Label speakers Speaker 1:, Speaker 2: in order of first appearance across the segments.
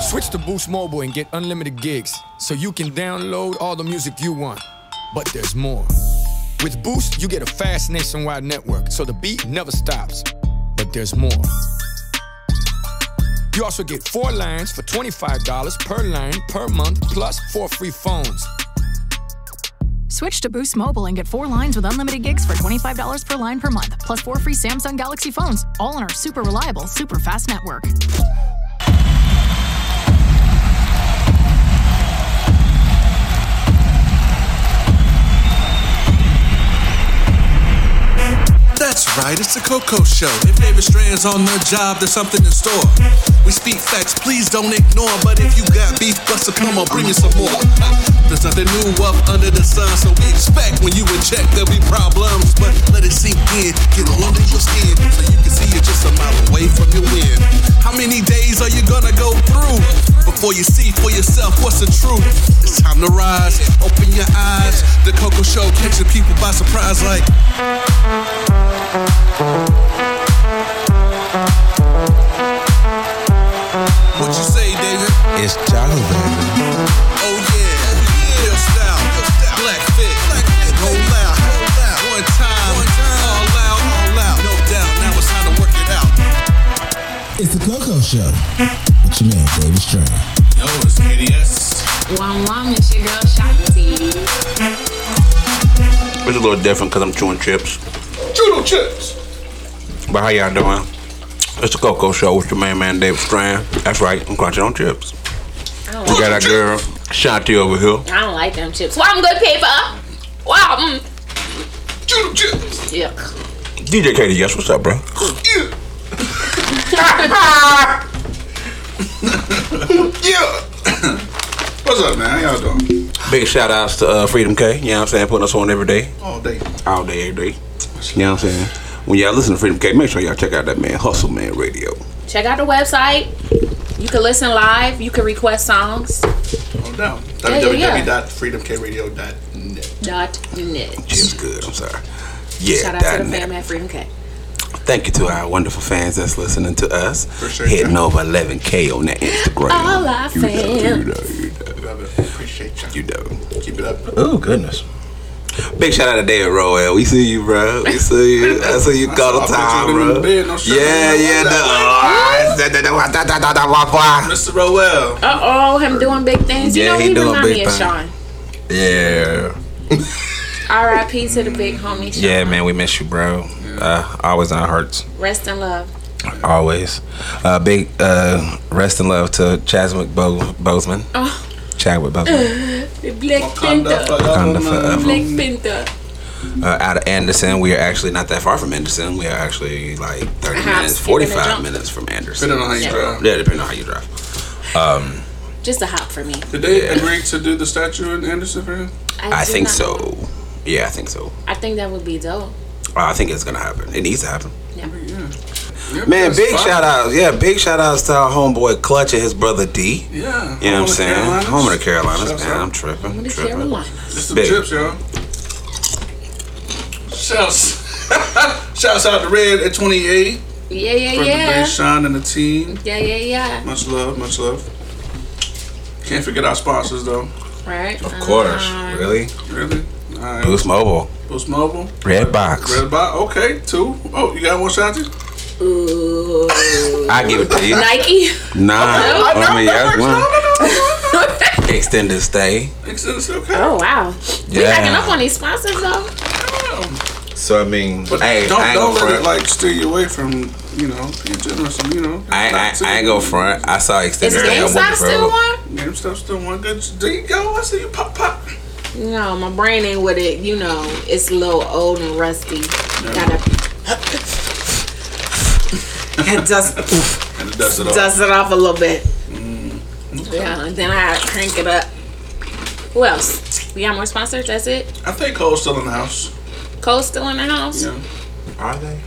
Speaker 1: Switch to Boost Mobile and get unlimited gigs so you can download all the music you want. But there's more. With Boost, you get a fast nationwide network so the beat never stops. But there's more. You also get four lines for $25 per line per month plus four free phones.
Speaker 2: Switch to Boost Mobile and get four lines with unlimited gigs for $25 per line per month, plus four free Samsung Galaxy phones, all on our super reliable, super fast network.
Speaker 3: That's right, it's the Coco Show. If David Strand's on the job, there's something in store. We speak facts, please don't ignore. But if you got beef, Buster, come on, bring me some more. There's nothing new up under the sun, so we expect when you would check there'll be problems. But let it sink in, get under your skin, so you can see it just a mile away from your win. How many days are you gonna go through before you see for yourself what's the truth? It's time to rise, open your eyes. The Coco Show catching people by surprise, like. What you say, David?
Speaker 4: It's Jolly Baby.
Speaker 3: Oh yeah, real style, black fit, go loud, one time, all loud, all loud, no doubt. Now it's time to work it out.
Speaker 4: It's the Coco Show. What your man, David Strand.
Speaker 3: Yo, it's KDS.
Speaker 5: Wom wom, it's your girl Shanti.
Speaker 6: It's a little different because I'm chewing chips.
Speaker 3: Judo chips.
Speaker 6: But how y'all doing? It's the Coco Show with your main man Dave Strand. That's right, I'm crunching on chips.
Speaker 5: I don't
Speaker 6: We
Speaker 5: like,
Speaker 6: got our girl Shanti over here.
Speaker 5: I don't like them chips. Wom good paper. Wow, uh, mm,
Speaker 3: Judo chips.
Speaker 5: yuck.
Speaker 6: DJ Katie, yes, what's up, bro?
Speaker 3: Yeah. yeah. What's up, man? How y'all doing?
Speaker 6: Big shout outs to uh, Freedom K, you know what I'm saying? Putting us on every day,
Speaker 3: All day.
Speaker 6: all day, every day. You know what I'm saying? When y'all listen to Freedom K, make sure y'all check out that man Hustle Man Radio.
Speaker 5: Check out the website. You can listen live. You can request songs.
Speaker 3: All down.
Speaker 5: Yeah, yeah, yeah.
Speaker 3: www.freedomkradio.net.
Speaker 5: Dot net.
Speaker 6: Chips good, I'm sorry. Yeah,
Speaker 5: Shout out to the
Speaker 6: that-
Speaker 5: fam at Freedom K.
Speaker 6: Thank you to our wonderful fans that's listening to us.
Speaker 3: Appreciate
Speaker 6: Hitting
Speaker 3: that.
Speaker 6: over 11K on that Instagram.
Speaker 5: All our
Speaker 6: You know, you
Speaker 5: fans.
Speaker 6: know, you know,
Speaker 3: Love it. Appreciate y'all.
Speaker 6: you know.
Speaker 3: Keep it up.
Speaker 4: Oh, goodness.
Speaker 6: Big shout out to David Roel. We see you, bro. We see you. I see you all the
Speaker 3: I thought
Speaker 6: time,
Speaker 3: you were
Speaker 6: bro.
Speaker 3: in bed, no shit.
Speaker 6: yeah, yeah.
Speaker 3: Like,
Speaker 6: no. Ah, da- da- da- wa- da- da- da- da- wa- wa.
Speaker 3: Mr. Rowell.
Speaker 5: Uh oh, him doing big things. You
Speaker 6: Yeah,
Speaker 5: know
Speaker 6: he
Speaker 5: he,
Speaker 6: doing
Speaker 5: remind
Speaker 6: big
Speaker 5: me of
Speaker 6: things.
Speaker 5: Sean.
Speaker 6: Yeah.
Speaker 5: R.I.P. to the big homie. Sean.
Speaker 4: Yeah, man, we miss you, bro. Uh, always on hearts.
Speaker 5: Rest in love.
Speaker 4: Always. Uh, big uh, rest in love to Chaz McBo- Bozeman.
Speaker 5: Oh.
Speaker 4: Chadwick Bozeman.
Speaker 5: Black
Speaker 3: Wakanda
Speaker 5: Panther.
Speaker 3: forever,
Speaker 4: Wakanda
Speaker 6: Um,
Speaker 3: man.
Speaker 4: forever.
Speaker 5: Black Panther.
Speaker 4: Uh, out of Anderson, we are actually not that far from Anderson.
Speaker 6: Anderson, we are actually like 30
Speaker 5: Uh-huh,
Speaker 6: minutes,
Speaker 5: skip in the
Speaker 6: 45
Speaker 5: jump.
Speaker 6: minutes from Anderson.
Speaker 3: Depending on how you
Speaker 5: Yeah.
Speaker 3: drive.
Speaker 6: Yeah, depending on how you drive.
Speaker 5: Just a hop for me.
Speaker 3: Did they agree to do the statue in Anderson for him?
Speaker 6: I
Speaker 5: do
Speaker 6: think
Speaker 5: not know.
Speaker 6: so. Yeah, I think so.
Speaker 5: I think that would be dope.
Speaker 6: Uh, I think it's gonna happen. It needs to happen.
Speaker 3: Yeah. Yeah,
Speaker 6: Man,
Speaker 3: Mm-hmm. that's
Speaker 6: big
Speaker 3: fine.
Speaker 6: shout outs. Yeah, big shout outs to our homeboy Clutch and his brother D.
Speaker 3: Yeah.
Speaker 6: You know what I'm saying? Home of the Carolinas.
Speaker 3: Shout
Speaker 6: Man,
Speaker 3: out.
Speaker 6: I'm tripping.
Speaker 5: What is
Speaker 6: tripping.
Speaker 5: Carolina?
Speaker 3: Just some
Speaker 6: Big.
Speaker 3: chips, y'all. Shouts. Shouts out to Red at 28
Speaker 5: Yeah, yeah,
Speaker 3: for the
Speaker 5: yeah.
Speaker 3: big shine and the team.
Speaker 5: Yeah, yeah, yeah.
Speaker 3: Much love, much love. Can't forget our sponsors though.
Speaker 5: Right?
Speaker 6: Of course.
Speaker 5: Uh,
Speaker 6: really?
Speaker 3: Really? All right.
Speaker 6: Boost Mobile.
Speaker 3: Boost Mobile.
Speaker 4: Red Box.
Speaker 3: Red Box. Okay, two. Oh, you got one shot too?
Speaker 5: Ooh.
Speaker 6: I give it to you.
Speaker 5: Nike?
Speaker 6: Nah. I mean, that's one.
Speaker 5: oh,
Speaker 6: Extended stay.
Speaker 3: It's, it's okay.
Speaker 5: wow. We
Speaker 6: Yeah.
Speaker 5: backing up on these sponsors, though.
Speaker 6: So, I mean,
Speaker 3: But
Speaker 6: hey,
Speaker 3: don't
Speaker 6: I ain't
Speaker 3: don't
Speaker 6: go
Speaker 3: let
Speaker 6: front.
Speaker 3: it like steer you away from you know being generous. And, you know,
Speaker 6: I, I, I ain't go front. I saw
Speaker 5: Is
Speaker 6: extended stay. I
Speaker 5: GameStop
Speaker 6: went
Speaker 5: still
Speaker 6: for
Speaker 5: on?
Speaker 3: Name stuff still one good. There you go. I see you pop pop.
Speaker 5: No, my brain ain't with it. You know, it's a little old and rusty. Gotta and dust,
Speaker 3: And it does it all.
Speaker 5: dust it off a little bit.
Speaker 3: Mm,
Speaker 5: Yeah, and then I crank it up. Who else? We got more sponsors. That's it.
Speaker 3: I think Cole's still in the house.
Speaker 5: Cole's still in the house.
Speaker 3: Yeah.
Speaker 6: Are they?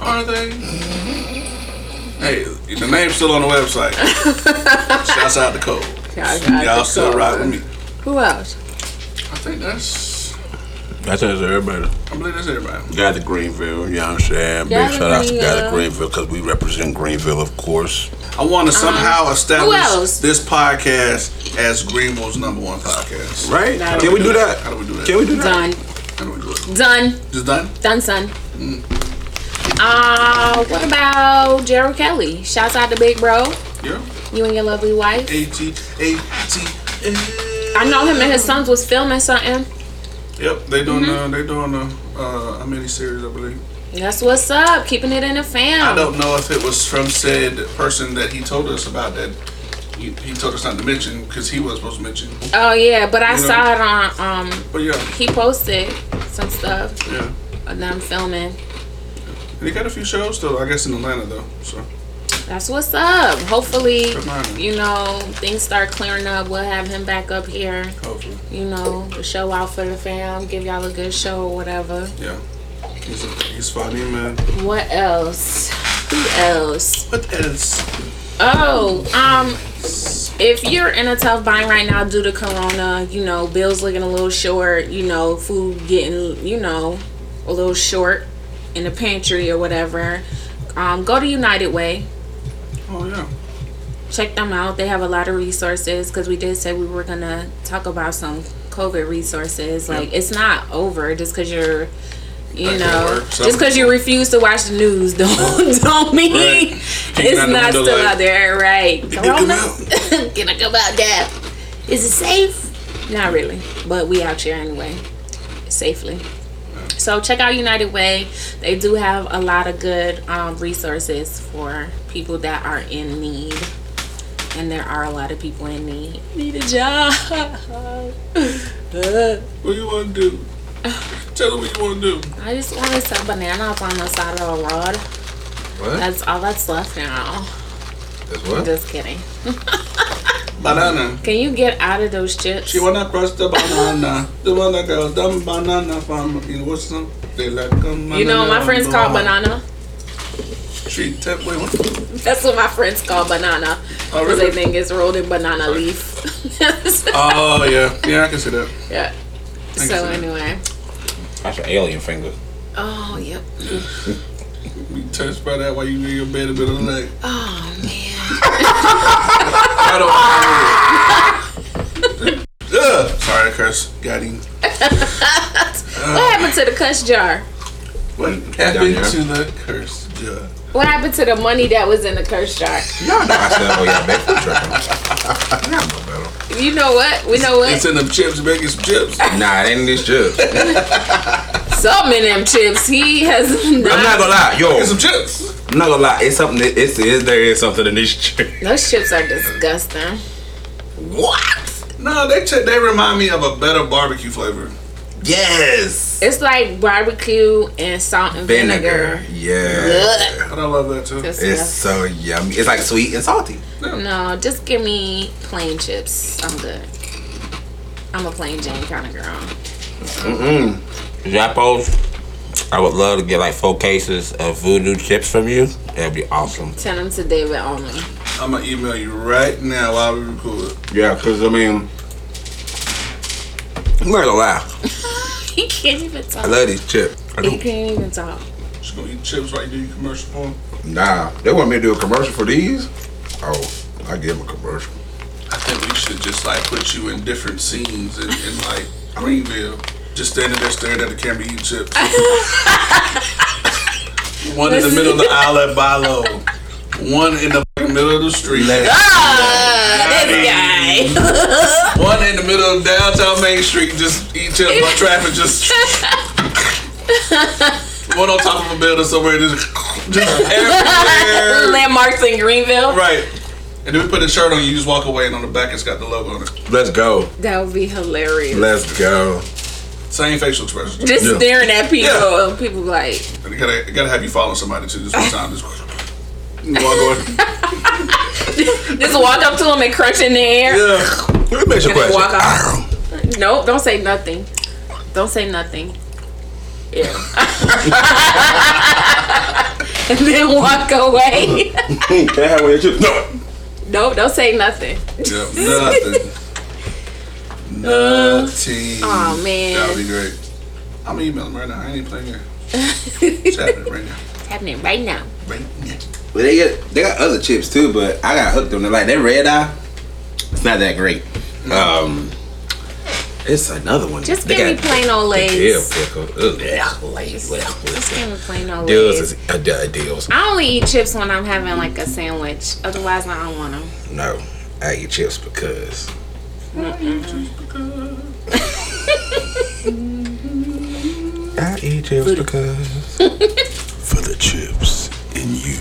Speaker 3: Are they? Hey, the name's still on the website. Shouts out to Cole.
Speaker 5: Y'all got
Speaker 3: Y'all
Speaker 5: the
Speaker 3: still
Speaker 5: Cole.
Speaker 3: rock with me.
Speaker 5: Who else?
Speaker 3: I think that's
Speaker 7: That's it, everybody.
Speaker 8: I believe that's everybody.
Speaker 7: Gather Greenville, you know what I'm saying? Big
Speaker 5: Gather
Speaker 7: shout out to Gather
Speaker 5: Greenville.
Speaker 7: Greenville because we represent Greenville, of course.
Speaker 8: I want
Speaker 6: Um,
Speaker 8: to somehow establish
Speaker 5: else?
Speaker 8: this podcast as Greenville's number one podcast.
Speaker 7: Right?
Speaker 5: Nah,
Speaker 7: Can we do that?
Speaker 8: How do we do that?
Speaker 7: Can we do that?
Speaker 5: Done.
Speaker 8: How do we do it?
Speaker 5: Done.
Speaker 8: Just done?
Speaker 5: Done, son.
Speaker 3: Mm.
Speaker 5: Uh, what about Gerald Kelly? Shouts out to Big Bro.
Speaker 8: Yeah.
Speaker 5: You and your lovely wife.
Speaker 8: A-T, A-T.
Speaker 5: I know him and his sons was filming something.
Speaker 8: Yep, they doing uh,
Speaker 5: Mm-hmm.
Speaker 8: they doing a uh, a mini series, I believe.
Speaker 5: That's what's up. Keeping it in the
Speaker 8: I
Speaker 5: fam.
Speaker 8: don't know if it was from said person that he told us about that. He, he told us not to mention because he was supposed to mention.
Speaker 5: Oh yeah, but I
Speaker 8: You know.
Speaker 5: saw it on. Um,
Speaker 8: But yeah,
Speaker 5: he posted some stuff
Speaker 8: yeah.
Speaker 5: of them filming.
Speaker 8: And he got a few shows though, I guess in Atlanta though. So
Speaker 5: That's what's up. Hopefully,
Speaker 8: Come on.
Speaker 5: you know things start clearing up. We'll have him back up here.
Speaker 8: hopefully,
Speaker 5: You know, to show out for the fam, give y'all a good show or whatever.
Speaker 8: yeah. He's a, he's funny man.
Speaker 5: What else? Who else?
Speaker 8: What else?
Speaker 5: Oh, um, if you're in a tough bind right now due to Corona, you know, bills looking a little short, you know, food getting, you know, a little short in the pantry or whatever, um, go to United Way.
Speaker 8: Oh yeah.
Speaker 5: Check them out. They have a lot of resources because we did say we were gonna talk about some COVID resources. Like, it's not over just because you're. You
Speaker 8: Back at
Speaker 5: know,
Speaker 8: work,
Speaker 5: just because you refuse to watch the news, don't don't mean
Speaker 7: Right. Kicking out
Speaker 5: it's
Speaker 7: the
Speaker 5: not
Speaker 7: window
Speaker 5: still
Speaker 7: like-
Speaker 5: out there, right?
Speaker 8: come
Speaker 5: Corona?
Speaker 8: out.
Speaker 5: Can I come out there? Is it safe? Not really, but we out here anyway, safely. So check out United Way. They do have a lot of good um, resources for people that are in need, and there are a lot of people in need. Need a job.
Speaker 8: What you want to do? Tell him what you want to do.
Speaker 5: I just wanted some bananas on the side of the road.
Speaker 6: What?
Speaker 5: That's all that's left now.
Speaker 6: That's what?
Speaker 5: Just kidding.
Speaker 8: Banana.
Speaker 5: Can you get out of those chips?
Speaker 8: She wanna cross the banana. the one that goes dumb banana farm in Wilson. They like a
Speaker 5: you know, my
Speaker 8: banana
Speaker 5: friends call
Speaker 8: on the
Speaker 5: banana.
Speaker 8: She tap wait what?
Speaker 5: That's what my friends call banana.
Speaker 8: Oh,
Speaker 5: Because
Speaker 8: really?
Speaker 5: they think it's rolled in banana leaf.
Speaker 8: Oh yeah, yeah I can see that.
Speaker 5: yeah. So anyway.
Speaker 7: That's an alien finger.
Speaker 5: Oh yep.
Speaker 8: You touched by that while you in your bed a bit of the leg.
Speaker 5: Oh man.
Speaker 8: I don't Ugh. Sorry, Chris. Got him.
Speaker 5: What happened to the cuss jar?
Speaker 8: What
Speaker 7: Down
Speaker 8: happened
Speaker 7: there.
Speaker 8: to the curse? Yeah.
Speaker 5: What happened to the money that was in the curse jar?
Speaker 6: Y'all know I said, oh, y'all back food trucking. Y'all know better.
Speaker 5: You know what? We know
Speaker 8: It's
Speaker 5: what?
Speaker 8: in them chips, making some chips.
Speaker 6: Nah, it ain't this chips.
Speaker 5: Something in them chips. He has not,
Speaker 6: I'm not gonna lie, yo.
Speaker 8: Get some chips.
Speaker 6: I'm not gonna lie, it's something. That, it's it, there is something in this chip.
Speaker 5: Those chips are disgusting.
Speaker 6: What?
Speaker 8: No, they ch- they remind me of a better barbecue flavor.
Speaker 6: Yes.
Speaker 5: It's like barbecue and salt and vinegar.
Speaker 6: Vinegar. Yeah.
Speaker 5: Ugh.
Speaker 8: But I love that too.
Speaker 6: It's
Speaker 5: Disgusting.
Speaker 6: so yummy. It's like sweet and salty.
Speaker 5: No, just give me plain chips. I'm good. I'm a plain Jane kind of girl.
Speaker 7: Zappos, I would love to get like four cases of voodoo chips from you. That'd be awesome.
Speaker 5: Send them to David only.
Speaker 8: I'm gonna email you right now while we record.
Speaker 7: Yeah, because I mean, I'm not gonna lie.
Speaker 5: He can't even
Speaker 7: I
Speaker 5: talk.
Speaker 7: love these chips. I
Speaker 5: He
Speaker 7: do.
Speaker 5: can't even talk.
Speaker 8: She's gonna eat chips right there. You commercial for 'em.
Speaker 6: Nah, they want me to do a commercial for these. Oh, I give them a commercial.
Speaker 8: I think we should just like put you in different scenes in, in like Greenville, just standing there staring at the camera eating chips. one in the middle of the aisle at Bilo, one in the fucking middle of the street,
Speaker 5: Ah, this guy.
Speaker 8: one in the middle of downtown Main Street, just eating chips by traffic, just one on top of a building somewhere, just just everywhere.
Speaker 5: Landmarks in Greenville.
Speaker 8: right. And then we put a shirt on you, you just walk away, and on the back it's got the logo on it.
Speaker 6: Let's go.
Speaker 5: That would be hilarious.
Speaker 6: Let's go.
Speaker 8: Same facial expression.
Speaker 5: Just
Speaker 6: Yeah.
Speaker 5: staring at people.
Speaker 8: Yeah.
Speaker 5: and People like,
Speaker 8: You gotta, you gotta have you following somebody too. This one time, just you walk away.
Speaker 5: just walk up to them and crunch in the air.
Speaker 6: Let me make your
Speaker 5: Can I
Speaker 6: question.
Speaker 5: walk out? Nope, don't say nothing. Don't say nothing. Yeah. and then walk away.
Speaker 6: Can I have one of your chips? No.
Speaker 5: nope, don't say nothing.
Speaker 8: Yeah, nothing. Nothing.
Speaker 5: Oh
Speaker 8: That would
Speaker 5: man.
Speaker 8: be great. I'm gonna email him right now. I ain't playing games. It's happening right now.
Speaker 5: Happening right now.
Speaker 8: Right now.
Speaker 6: Well, they got they got other chips too, but I got hooked on it. Like that red eye, it's not that great. Um, it's another one.
Speaker 5: Just
Speaker 6: They
Speaker 5: give me
Speaker 6: got
Speaker 5: plain old
Speaker 6: dill
Speaker 5: Lay's.
Speaker 6: pickle. Ugh, yeah,
Speaker 5: Just,
Speaker 6: like, well,
Speaker 5: just give me plain old
Speaker 6: Deals
Speaker 5: Lay's.
Speaker 6: is uh, uh, deals.
Speaker 5: I only eat chips when I'm having like a sandwich. Otherwise, I don't want them.
Speaker 6: No, I eat chips because I eat chips because
Speaker 8: For the chips in you.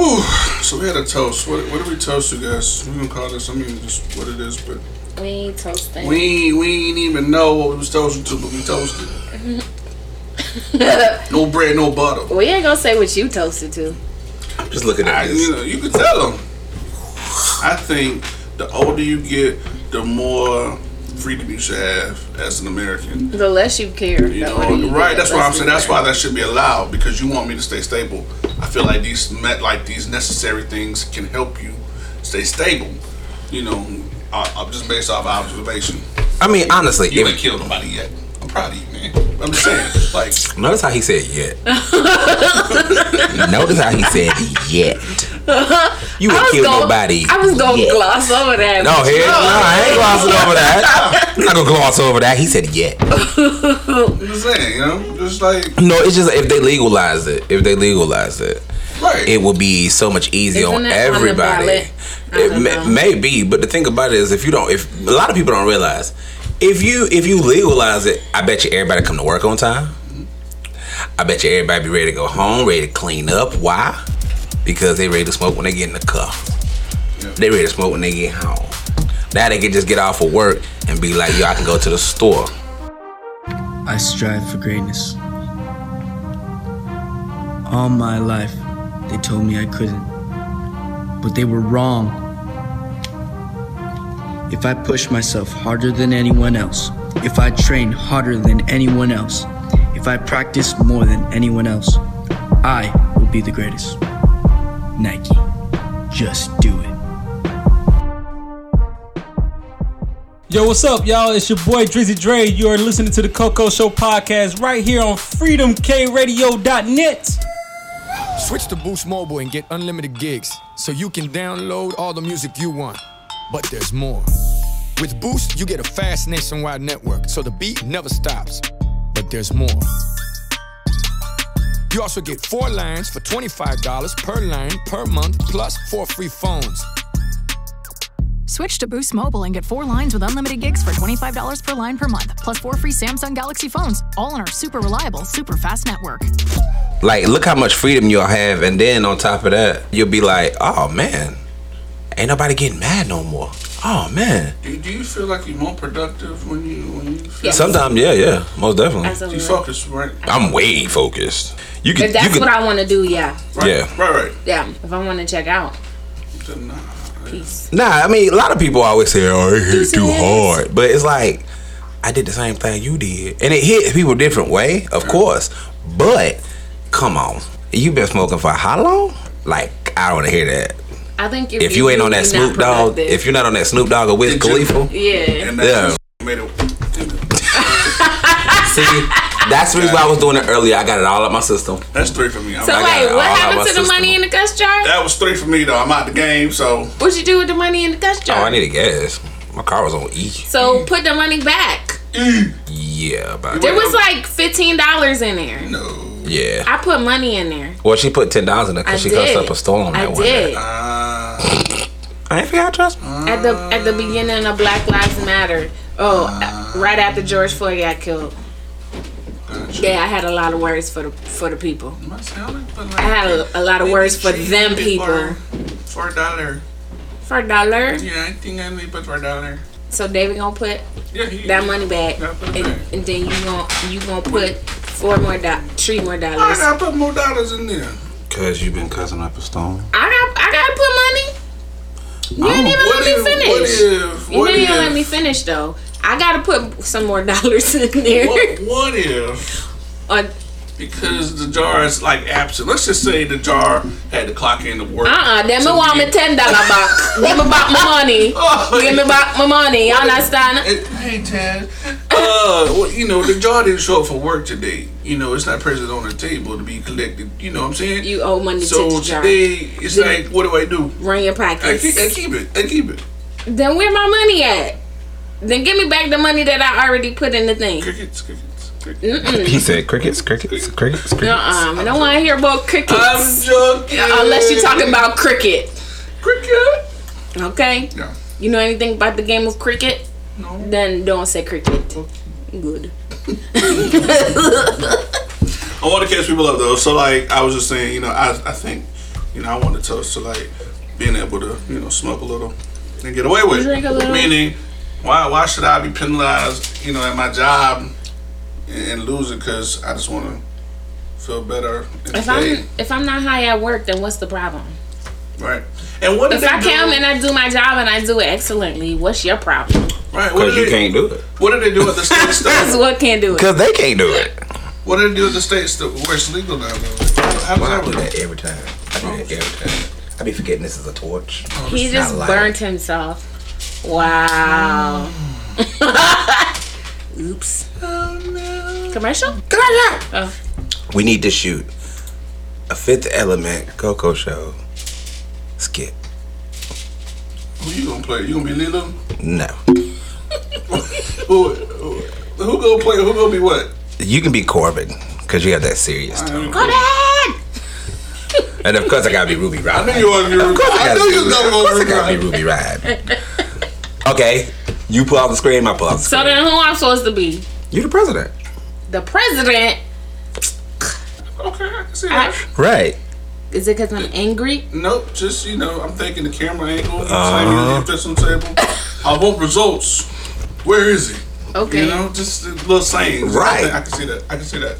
Speaker 8: Ooh, so we had a toast. What, what did we toast to, guys? We gonna call this. I mean, just what it is, but
Speaker 5: We ain't toasting.
Speaker 8: we ain't, we ain't even know what we was toasting to, but we toasted. no bread, no butter.
Speaker 5: We ain't gonna say what you toasted to.
Speaker 6: I'm just looking
Speaker 8: I,
Speaker 6: at
Speaker 8: you
Speaker 6: this.
Speaker 8: know, you can tell them. I think the older you get, the more freedom you should have as an American.
Speaker 5: The less you care.
Speaker 8: You
Speaker 5: the
Speaker 8: know,
Speaker 5: harder you
Speaker 8: right?
Speaker 5: get,
Speaker 8: That's
Speaker 5: the
Speaker 8: why I'm
Speaker 5: less
Speaker 8: saying
Speaker 5: you
Speaker 8: that's
Speaker 5: care.
Speaker 8: why that should be allowed because you want me to stay stable. I feel like these met like these necessary things can help you stay stable. You know, I, I'm just based off observation.
Speaker 6: I mean, honestly,
Speaker 8: You
Speaker 6: if-
Speaker 8: ain't killed nobody yet. I'm proud of you, man. I'm just saying, like,
Speaker 6: Notice how he said yet. Notice how he said yet. You
Speaker 5: I
Speaker 6: would
Speaker 5: was
Speaker 6: kill
Speaker 5: gonna-
Speaker 6: nobody.
Speaker 5: I was gonna
Speaker 6: yet.
Speaker 5: gloss over that.
Speaker 6: No, hell no, I ain't glossing over that. I'm not gonna gloss over that. He said yet.
Speaker 8: I'm just saying, you know, just like,
Speaker 6: No, it's just if they legalize it, if they legalize it,
Speaker 8: right?
Speaker 6: it would be so much easier
Speaker 5: Isn't it
Speaker 6: on
Speaker 5: on the
Speaker 6: everybody.
Speaker 5: ballot? I
Speaker 6: It
Speaker 5: don't
Speaker 6: may,
Speaker 5: know.
Speaker 6: may be, but the thing about it is, if you don't, if a lot of people don't realize, if you if you legalize it, I bet you everybody come to work on time. I bet you everybody be ready to go home, ready to clean up. Why? Because they ready to smoke when they get in the car. They ready to smoke when they get home. Now they can just get off of work and be like, yo, I can go to the store.
Speaker 9: I strive for greatness. All my life, they told me I couldn't. But they were wrong. If I push myself harder than anyone else, if I train harder than anyone else, if I practice more than anyone else, I will be the greatest. Nike, just do it.
Speaker 10: Yo, what's up, y'all? It's your boy Drizzy Dre. You are listening to the Coco Show podcast right here on freedomkradio.net.
Speaker 1: Switch to Boost Mobile and get unlimited gigs so you can download all the music you want. But there's more. With Boost, you get a fast nationwide network so the beat never stops. But there's more. You also get four lines for $25 per line per month plus four free phones.
Speaker 2: Switch to Boost Mobile and get four lines with unlimited gigs for $25 per line per month, plus four free Samsung Galaxy phones, all on our super reliable, super fast network.
Speaker 6: like look how much freedom you'll have and then on top of that you'll be like oh man ain't nobody getting mad no more oh man
Speaker 8: do, do you feel like you're more productive when you when you feel,
Speaker 5: Yeah.
Speaker 6: sometimes yeah yeah most definitely
Speaker 8: you
Speaker 5: Absolutely.
Speaker 8: focus, right?
Speaker 6: i'm way focused you can
Speaker 5: If
Speaker 6: you
Speaker 5: that's
Speaker 6: can
Speaker 5: what I want to do, yeah,
Speaker 8: Right,
Speaker 6: Yeah.
Speaker 8: right, right.
Speaker 5: yeah. If I want to check out,
Speaker 8: Then, nah.
Speaker 5: peace.
Speaker 6: nah i mean a lot of people always say oh it hit
Speaker 5: Yes, it
Speaker 6: too
Speaker 5: is.
Speaker 6: hard but it's like i did the same thing you did and it hit people different way of course but come on you been smoking for how long like i don't want to hear that
Speaker 5: I think
Speaker 6: if you ain't on that
Speaker 5: you're not
Speaker 6: snoop dogg
Speaker 5: productive-
Speaker 6: if you're not on that snoop dogg or wiz
Speaker 8: Did you-
Speaker 6: khalifa
Speaker 5: yeah,
Speaker 8: And
Speaker 6: Yeah.
Speaker 8: that's yeah. made it.
Speaker 6: See, that's the reason why I was doing it earlier. I got it all up my system.
Speaker 8: That's three for me. I'm
Speaker 5: So
Speaker 8: like,
Speaker 6: got
Speaker 5: wait,
Speaker 6: all
Speaker 5: what
Speaker 6: out
Speaker 5: happened
Speaker 6: my
Speaker 5: to the
Speaker 6: system.
Speaker 5: money in the cuss jar?
Speaker 8: that was three for me though. I'm out the game, so
Speaker 5: What you do with the money in the cuss
Speaker 6: Oh,
Speaker 5: jar?
Speaker 6: I needed gas. My car was on E.
Speaker 5: so put the money back.
Speaker 6: Yeah, about
Speaker 5: There was like fifteen dollars in there.
Speaker 6: yeah.
Speaker 5: I put money in there.
Speaker 6: Well, she put ten dollars in it
Speaker 5: I
Speaker 6: because she
Speaker 5: did.
Speaker 6: cussed up a storm
Speaker 5: I
Speaker 6: that one.
Speaker 5: did.
Speaker 8: uh,
Speaker 6: day. Ah. I ain't forgot trust. me.
Speaker 5: at the at the beginning of Black Lives Matter. Oh, uh, right after George Floyd got killed. Yeah, I had a lot of words for the for the people.
Speaker 8: I
Speaker 5: I had a, a lot of words for them people.
Speaker 8: For a dollar.
Speaker 5: For a dollar,
Speaker 8: Yeah, I think I only put for a dollar.
Speaker 5: so David gonna put
Speaker 8: Yeah, he,
Speaker 5: that money back,
Speaker 8: Yeah, put it
Speaker 5: and,
Speaker 8: back.
Speaker 5: and then you gonna you gonna put four more do- three more
Speaker 8: I
Speaker 5: dollars. I got
Speaker 8: gotta put more dollars in there.
Speaker 11: Cause you been cussing up a storm.
Speaker 5: I gotta put money. You didn't even
Speaker 8: What
Speaker 5: let
Speaker 8: if,
Speaker 5: me
Speaker 8: what
Speaker 5: finish.
Speaker 8: if,
Speaker 5: you
Speaker 8: what
Speaker 5: didn't
Speaker 8: if,
Speaker 5: even let me finish though. I gotta put some more dollars in there.
Speaker 8: what, what if
Speaker 5: on
Speaker 8: because the jar is like absent. Let's just say the jar had to clock in to work.
Speaker 5: Uh-uh, them
Speaker 8: So
Speaker 5: me want
Speaker 8: we-
Speaker 5: my ten dollar back. Give me back my money.
Speaker 8: Oh,
Speaker 5: Give me back my money. You understand?
Speaker 8: It- Hey Tad, uh, well, you know the jar didn't show up for work today. You know it's not present on the table to be collected. You know what I'm saying?
Speaker 5: You owe money
Speaker 8: so
Speaker 5: to the jar.
Speaker 8: today it's like, what do I do?
Speaker 5: Run your
Speaker 8: I keep, I
Speaker 5: pockets.
Speaker 8: keep it. I keep it.
Speaker 5: Then where my money at? Then give me back the money that I already put in the thing.
Speaker 8: Crickets, crickets, crickets.
Speaker 6: He said crickets, crickets, crickets, crickets.
Speaker 5: Uh-uh, I don't want to hear about
Speaker 8: I'm
Speaker 5: crickets.
Speaker 8: joking.
Speaker 5: Uh, Unless you're talking about cricket.
Speaker 8: cricket.
Speaker 5: Okay?
Speaker 8: No,
Speaker 5: You know anything about the game of cricket?
Speaker 8: no.
Speaker 5: Then don't say cricket. Good.
Speaker 8: I want to catch people up though. So like I was just saying, you know, I I think, you know, I want to toast to like being able to, you know, smoke a little and get away with. it.
Speaker 5: Drink a little.
Speaker 8: Meaning, why why should I be penalized, you know, at my job and, and lose it because I just want to feel better in the
Speaker 5: If I'm
Speaker 8: day,
Speaker 5: if I'm not high at work, then what's the problem?
Speaker 8: right? And what
Speaker 5: If
Speaker 8: they
Speaker 5: I
Speaker 8: do-
Speaker 5: come and I do my job and I do it excellently, what's your problem?
Speaker 8: right? What do
Speaker 6: Because you
Speaker 8: they-
Speaker 6: can't do it.
Speaker 8: What do they do at the state stuff?
Speaker 5: That's what can do it.
Speaker 6: Because they can't do it.
Speaker 8: What do they do at the state stuff where it's legal now? though? How does
Speaker 6: Well,
Speaker 8: that
Speaker 6: I do
Speaker 8: work?
Speaker 6: that every time. I do that every time. I be forgetting this is a torch.
Speaker 5: He
Speaker 6: not
Speaker 5: just
Speaker 6: light.
Speaker 5: burnt himself. Wow. Oops. Commercial? Oh.
Speaker 6: We need to shoot a Fifth Element Coco show skit.
Speaker 8: Who you gonna play? You gonna be Lilo?
Speaker 6: No,
Speaker 8: Who, who, who gonna play? Who gonna be what?
Speaker 6: you can be Corbin because you have that serious tone. And of course, I gotta be Ruby Rod.
Speaker 8: I knew you was gonna.
Speaker 6: Of course, I,
Speaker 8: I
Speaker 6: gotta
Speaker 8: knew
Speaker 6: be
Speaker 8: you
Speaker 6: Ruby- of
Speaker 8: was
Speaker 6: course I
Speaker 8: gonna be
Speaker 6: gotta
Speaker 8: right.
Speaker 6: be Ruby Rod. Okay, you pull out the screen, I pull out the
Speaker 5: So
Speaker 6: screen.
Speaker 5: then who I'm supposed to be?
Speaker 6: you the president,
Speaker 5: The president?
Speaker 8: Okay, I can see
Speaker 5: I-
Speaker 8: that.
Speaker 6: right?
Speaker 5: is it because I'm angry?
Speaker 8: Nope, just you know, I'm thinking the camera angle,
Speaker 6: Uh-huh.
Speaker 8: uh, on the table. I want results. Where is he?
Speaker 5: Okay.
Speaker 8: You know, just a little sayings.
Speaker 6: Right.
Speaker 8: I, think I can see that. I can see that.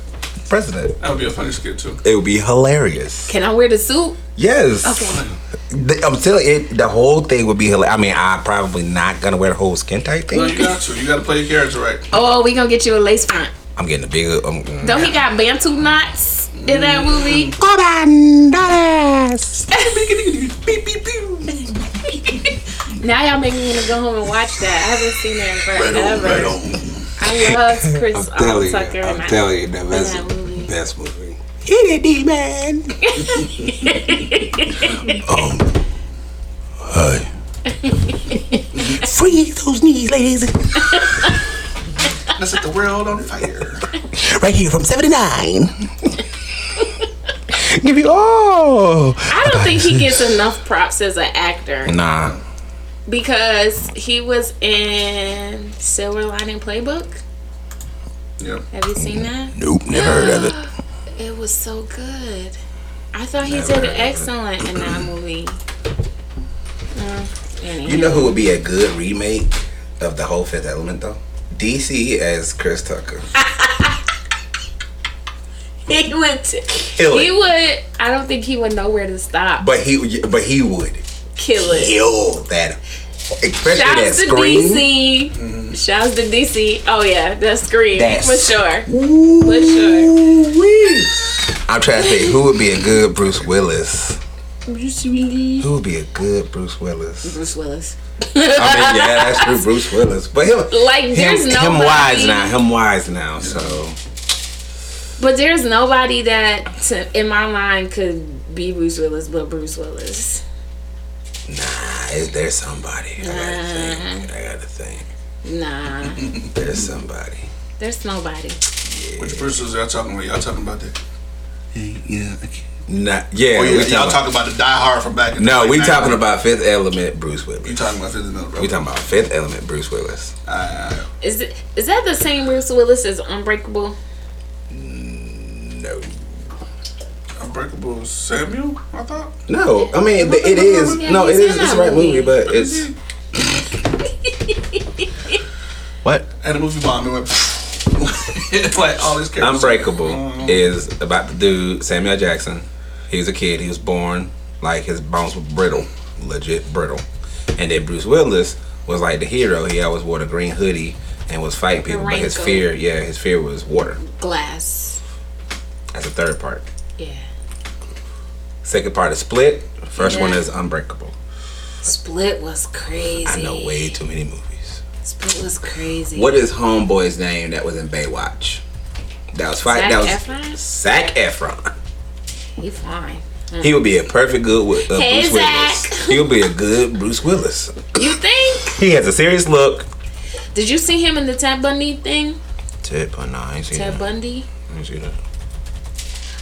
Speaker 6: President.
Speaker 8: That would be a funny skit too.
Speaker 6: It would be hilarious.
Speaker 5: Can I wear the suit?
Speaker 6: Yes.
Speaker 5: Okay.
Speaker 6: The- I'm telling it. The whole thing would be hilarious. I mean, I'm probably not gonna wear the whole skin tight
Speaker 8: No, you
Speaker 6: thing.
Speaker 8: got to. You got to play your character right.
Speaker 5: Oh, we gonna get you a lace front.
Speaker 6: I'm getting a bigger. I'm, mm.
Speaker 5: Don't he got bantu knots in that movie? now y'all make me wanna go home and watch that. I haven't seen that in forever. I love Chris
Speaker 6: telling
Speaker 5: um,
Speaker 6: you,
Speaker 5: Tucker.
Speaker 6: I'm
Speaker 5: and I-
Speaker 6: telling you, that that's
Speaker 5: that movie.
Speaker 6: the best movie. Hit it, D-Man. um, hi. Freeze those knees, ladies.
Speaker 8: Let's set the world on fire.
Speaker 6: Right here from 79. Give you all.
Speaker 5: I don't think he gets enough props as an actor
Speaker 6: Nah.
Speaker 5: because he was in Silver Lining Playbook.
Speaker 8: yeah.
Speaker 5: Have you seen that?
Speaker 6: Nope, never heard of it.
Speaker 5: It was so good. I thought he did excellent in that movie. Mm, anyhow.
Speaker 6: You know who would be a good remake of the whole Fifth Element, though? DC as Chris Tucker.
Speaker 5: Ah, he would.
Speaker 6: Kill
Speaker 5: he
Speaker 6: it.
Speaker 5: would. I don't think he would know where to stop.
Speaker 6: But he, but he would.
Speaker 5: Kill it.
Speaker 6: kill that, especially that
Speaker 5: Shouts to
Speaker 6: scream. Mm-hmm.
Speaker 5: DC. Shouts to DC. Oh yeah, that scream
Speaker 6: That's-
Speaker 5: for sure. For sure.
Speaker 6: Ooh-wee. I'm trying to think who would be a good Bruce Willis. Who would be a good Bruce Willis?
Speaker 5: Bruce Willis.
Speaker 6: I mean, yeah, that's true, Bruce Willis. But him,
Speaker 5: Like,
Speaker 6: him,
Speaker 5: there's
Speaker 6: him
Speaker 5: nobody-
Speaker 6: wise now, him wise now. So
Speaker 5: But there's nobody that, to, in my mind, could be Bruce Willis but Bruce Willis.
Speaker 6: nah, is there somebody? I gotta think. I gotta think.
Speaker 5: Nah,
Speaker 6: There's somebody.
Speaker 5: there's nobody.
Speaker 8: Which persons y'all talking about? Y'all talking about that? Yeah. Okay.
Speaker 6: Nah, yeah,
Speaker 8: Oh, yeah
Speaker 6: we
Speaker 8: y'all
Speaker 6: talking
Speaker 8: talking about the Die Hard from back in the
Speaker 6: no,
Speaker 8: late
Speaker 6: we
Speaker 8: 90s.
Speaker 6: talking about Fifth Element, Bruce
Speaker 8: You
Speaker 6: Willis.
Speaker 8: talking about Fifth Element, bro?
Speaker 6: We talking about Fifth Element, Bruce Willis.
Speaker 8: Uh,
Speaker 5: Is it, is that the same Bruce Willis as Unbreakable?
Speaker 6: No.
Speaker 8: Unbreakable Samuel, I thought.
Speaker 6: No, I mean th- it is.
Speaker 5: Yeah,
Speaker 6: No, it
Speaker 5: he's
Speaker 6: is.
Speaker 5: in
Speaker 6: It's the
Speaker 5: that
Speaker 6: right movie,
Speaker 5: movie.
Speaker 6: but it's what
Speaker 8: And the movie bomb, it went. it's like all these characters.
Speaker 6: Unbreakable is about the dude Samuel L. Jackson. He was a kid. He was born like his bones were brittle, legit brittle. And then Bruce Willis was like the hero. He always wore the green hoodie and was fighting people. But his
Speaker 5: Wrinkle.
Speaker 6: fear, yeah, his fear was water.
Speaker 5: Glass.
Speaker 12: third part.
Speaker 5: Yeah.
Speaker 12: Second part is Split. First one is Unbreakable.
Speaker 5: Split was crazy.
Speaker 12: I know way too many movies.
Speaker 5: Split was crazy.
Speaker 12: What is Homeboy's name that was in Baywatch? That was fight.
Speaker 5: Zac
Speaker 12: That was
Speaker 5: Efron?
Speaker 12: Zac Efron.
Speaker 5: He fine.
Speaker 12: He would be a perfect good with uh,
Speaker 5: Hey,
Speaker 12: Bruce
Speaker 5: Zac.
Speaker 12: Willis. He would be a good Bruce Willis.
Speaker 5: You think?
Speaker 12: He has a serious look.
Speaker 5: Did you see him in the Ted Bundy thing?
Speaker 12: Ted Bundy. Nah, I ain't seen
Speaker 5: Ted
Speaker 12: that.
Speaker 5: Bundy.
Speaker 12: I ain't seen that.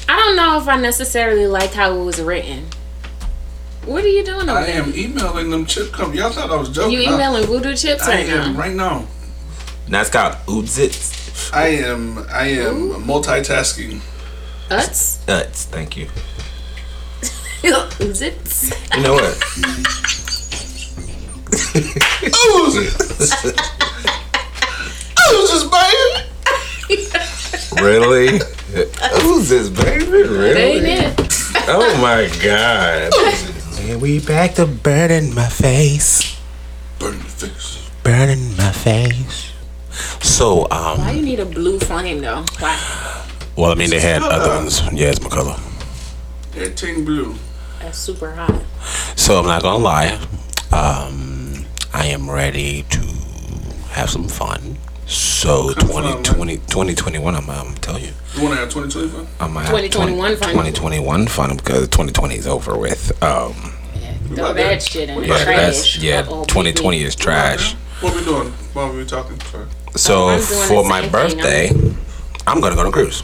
Speaker 5: I don't know if I necessarily like how it was written. What are you doing over
Speaker 8: I
Speaker 5: there?
Speaker 8: am emailing them chip company. Y'all thought I was joking.
Speaker 5: You
Speaker 8: huh?
Speaker 5: emailing voodoo chips
Speaker 8: I
Speaker 5: right
Speaker 8: am
Speaker 5: now?
Speaker 8: right now.
Speaker 12: Now it's called Oodzits.
Speaker 8: I am. I am multitasking.
Speaker 5: Uts?
Speaker 12: Uts. Thank you.
Speaker 5: Zits?
Speaker 12: You know what?
Speaker 8: I was just buying.
Speaker 12: really? Oodzits, baby.
Speaker 5: Ain't
Speaker 12: Really?
Speaker 5: it?
Speaker 12: Oh my god. and we back to burning my face.
Speaker 8: Burn the face.
Speaker 12: Burning my face. So, um,
Speaker 5: Why you need a blue flame though? Why?
Speaker 6: Well, I mean, they had other ones. Yeah, it's my color.
Speaker 8: Everything blue.
Speaker 5: That's super hot.
Speaker 6: So I'm not gonna lie. Um, I am ready to have some fun. So
Speaker 8: fun,
Speaker 6: 2020, 2021, I'm, I'm telling you,
Speaker 8: You want to have 2025?
Speaker 6: I'm gonna have
Speaker 5: 2021 fun.
Speaker 6: 2021 fun because 2020 is over with. Um,
Speaker 5: Throw
Speaker 8: like
Speaker 5: that
Speaker 8: that.
Speaker 5: shit in the
Speaker 6: yeah,
Speaker 5: trash. Oh,
Speaker 6: that's yeah.
Speaker 5: Uh-oh,
Speaker 6: 2020
Speaker 5: beat me.
Speaker 6: is trash.
Speaker 8: What we doing? Why we talking? Sorry.
Speaker 6: So
Speaker 5: Oh, I'm doing the
Speaker 6: for my
Speaker 5: same thing,
Speaker 6: birthday, I'm gonna go on a cruise.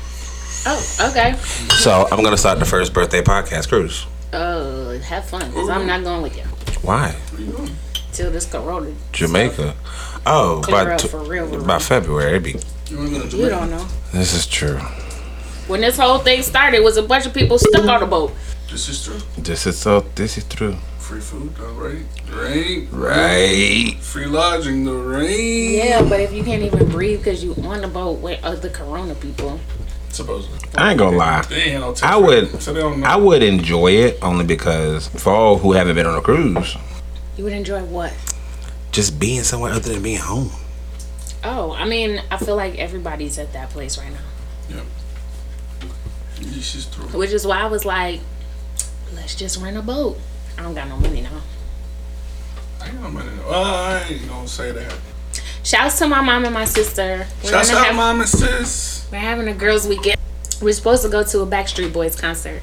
Speaker 5: Oh, okay.
Speaker 6: So I'm gonna start the first birthday podcast cruise.
Speaker 5: Oh, have fun. i I'm not going with you
Speaker 6: Why?
Speaker 8: What you doing?
Speaker 5: till this corona.
Speaker 6: Jamaica. Oh,
Speaker 5: Clear
Speaker 6: by,
Speaker 5: up
Speaker 6: t-
Speaker 5: for real, for
Speaker 6: by
Speaker 5: real.
Speaker 6: February. It'd be,
Speaker 8: You ain't gonna do
Speaker 5: You
Speaker 8: it.
Speaker 5: don't know.
Speaker 6: this is true.
Speaker 5: When this whole thing started, it was a bunch of people stuck on the boat.
Speaker 8: This is true.
Speaker 6: This is so. This is true.
Speaker 8: Free food, all right. Right.
Speaker 6: Right.
Speaker 8: Free lodging, the rain.
Speaker 5: Yeah, but if you can't even breathe because you on the boat with other corona people,
Speaker 8: Supposedly.
Speaker 6: I ain't gonna lie.
Speaker 8: They ain't no test
Speaker 6: I would.
Speaker 8: rate, So they don't know.
Speaker 6: I would enjoy it only because for all who haven't been on a cruise,
Speaker 5: you would enjoy what?
Speaker 6: just being somewhere other than being home.
Speaker 5: Oh, I mean, I feel like everybody's at that place right now,
Speaker 8: This is true.
Speaker 5: which is why I was like, let's just rent a boat. I don't got no money now.
Speaker 8: I ain't gonna mind it. Well, I ain't gonna say that.
Speaker 5: Shouts to my mom and my sister. We're
Speaker 8: Shouts
Speaker 5: gonna
Speaker 8: out,
Speaker 5: have-
Speaker 8: mom and sis.
Speaker 5: We're having a girls' weekend. We're supposed to go to a Backstreet Boys concert.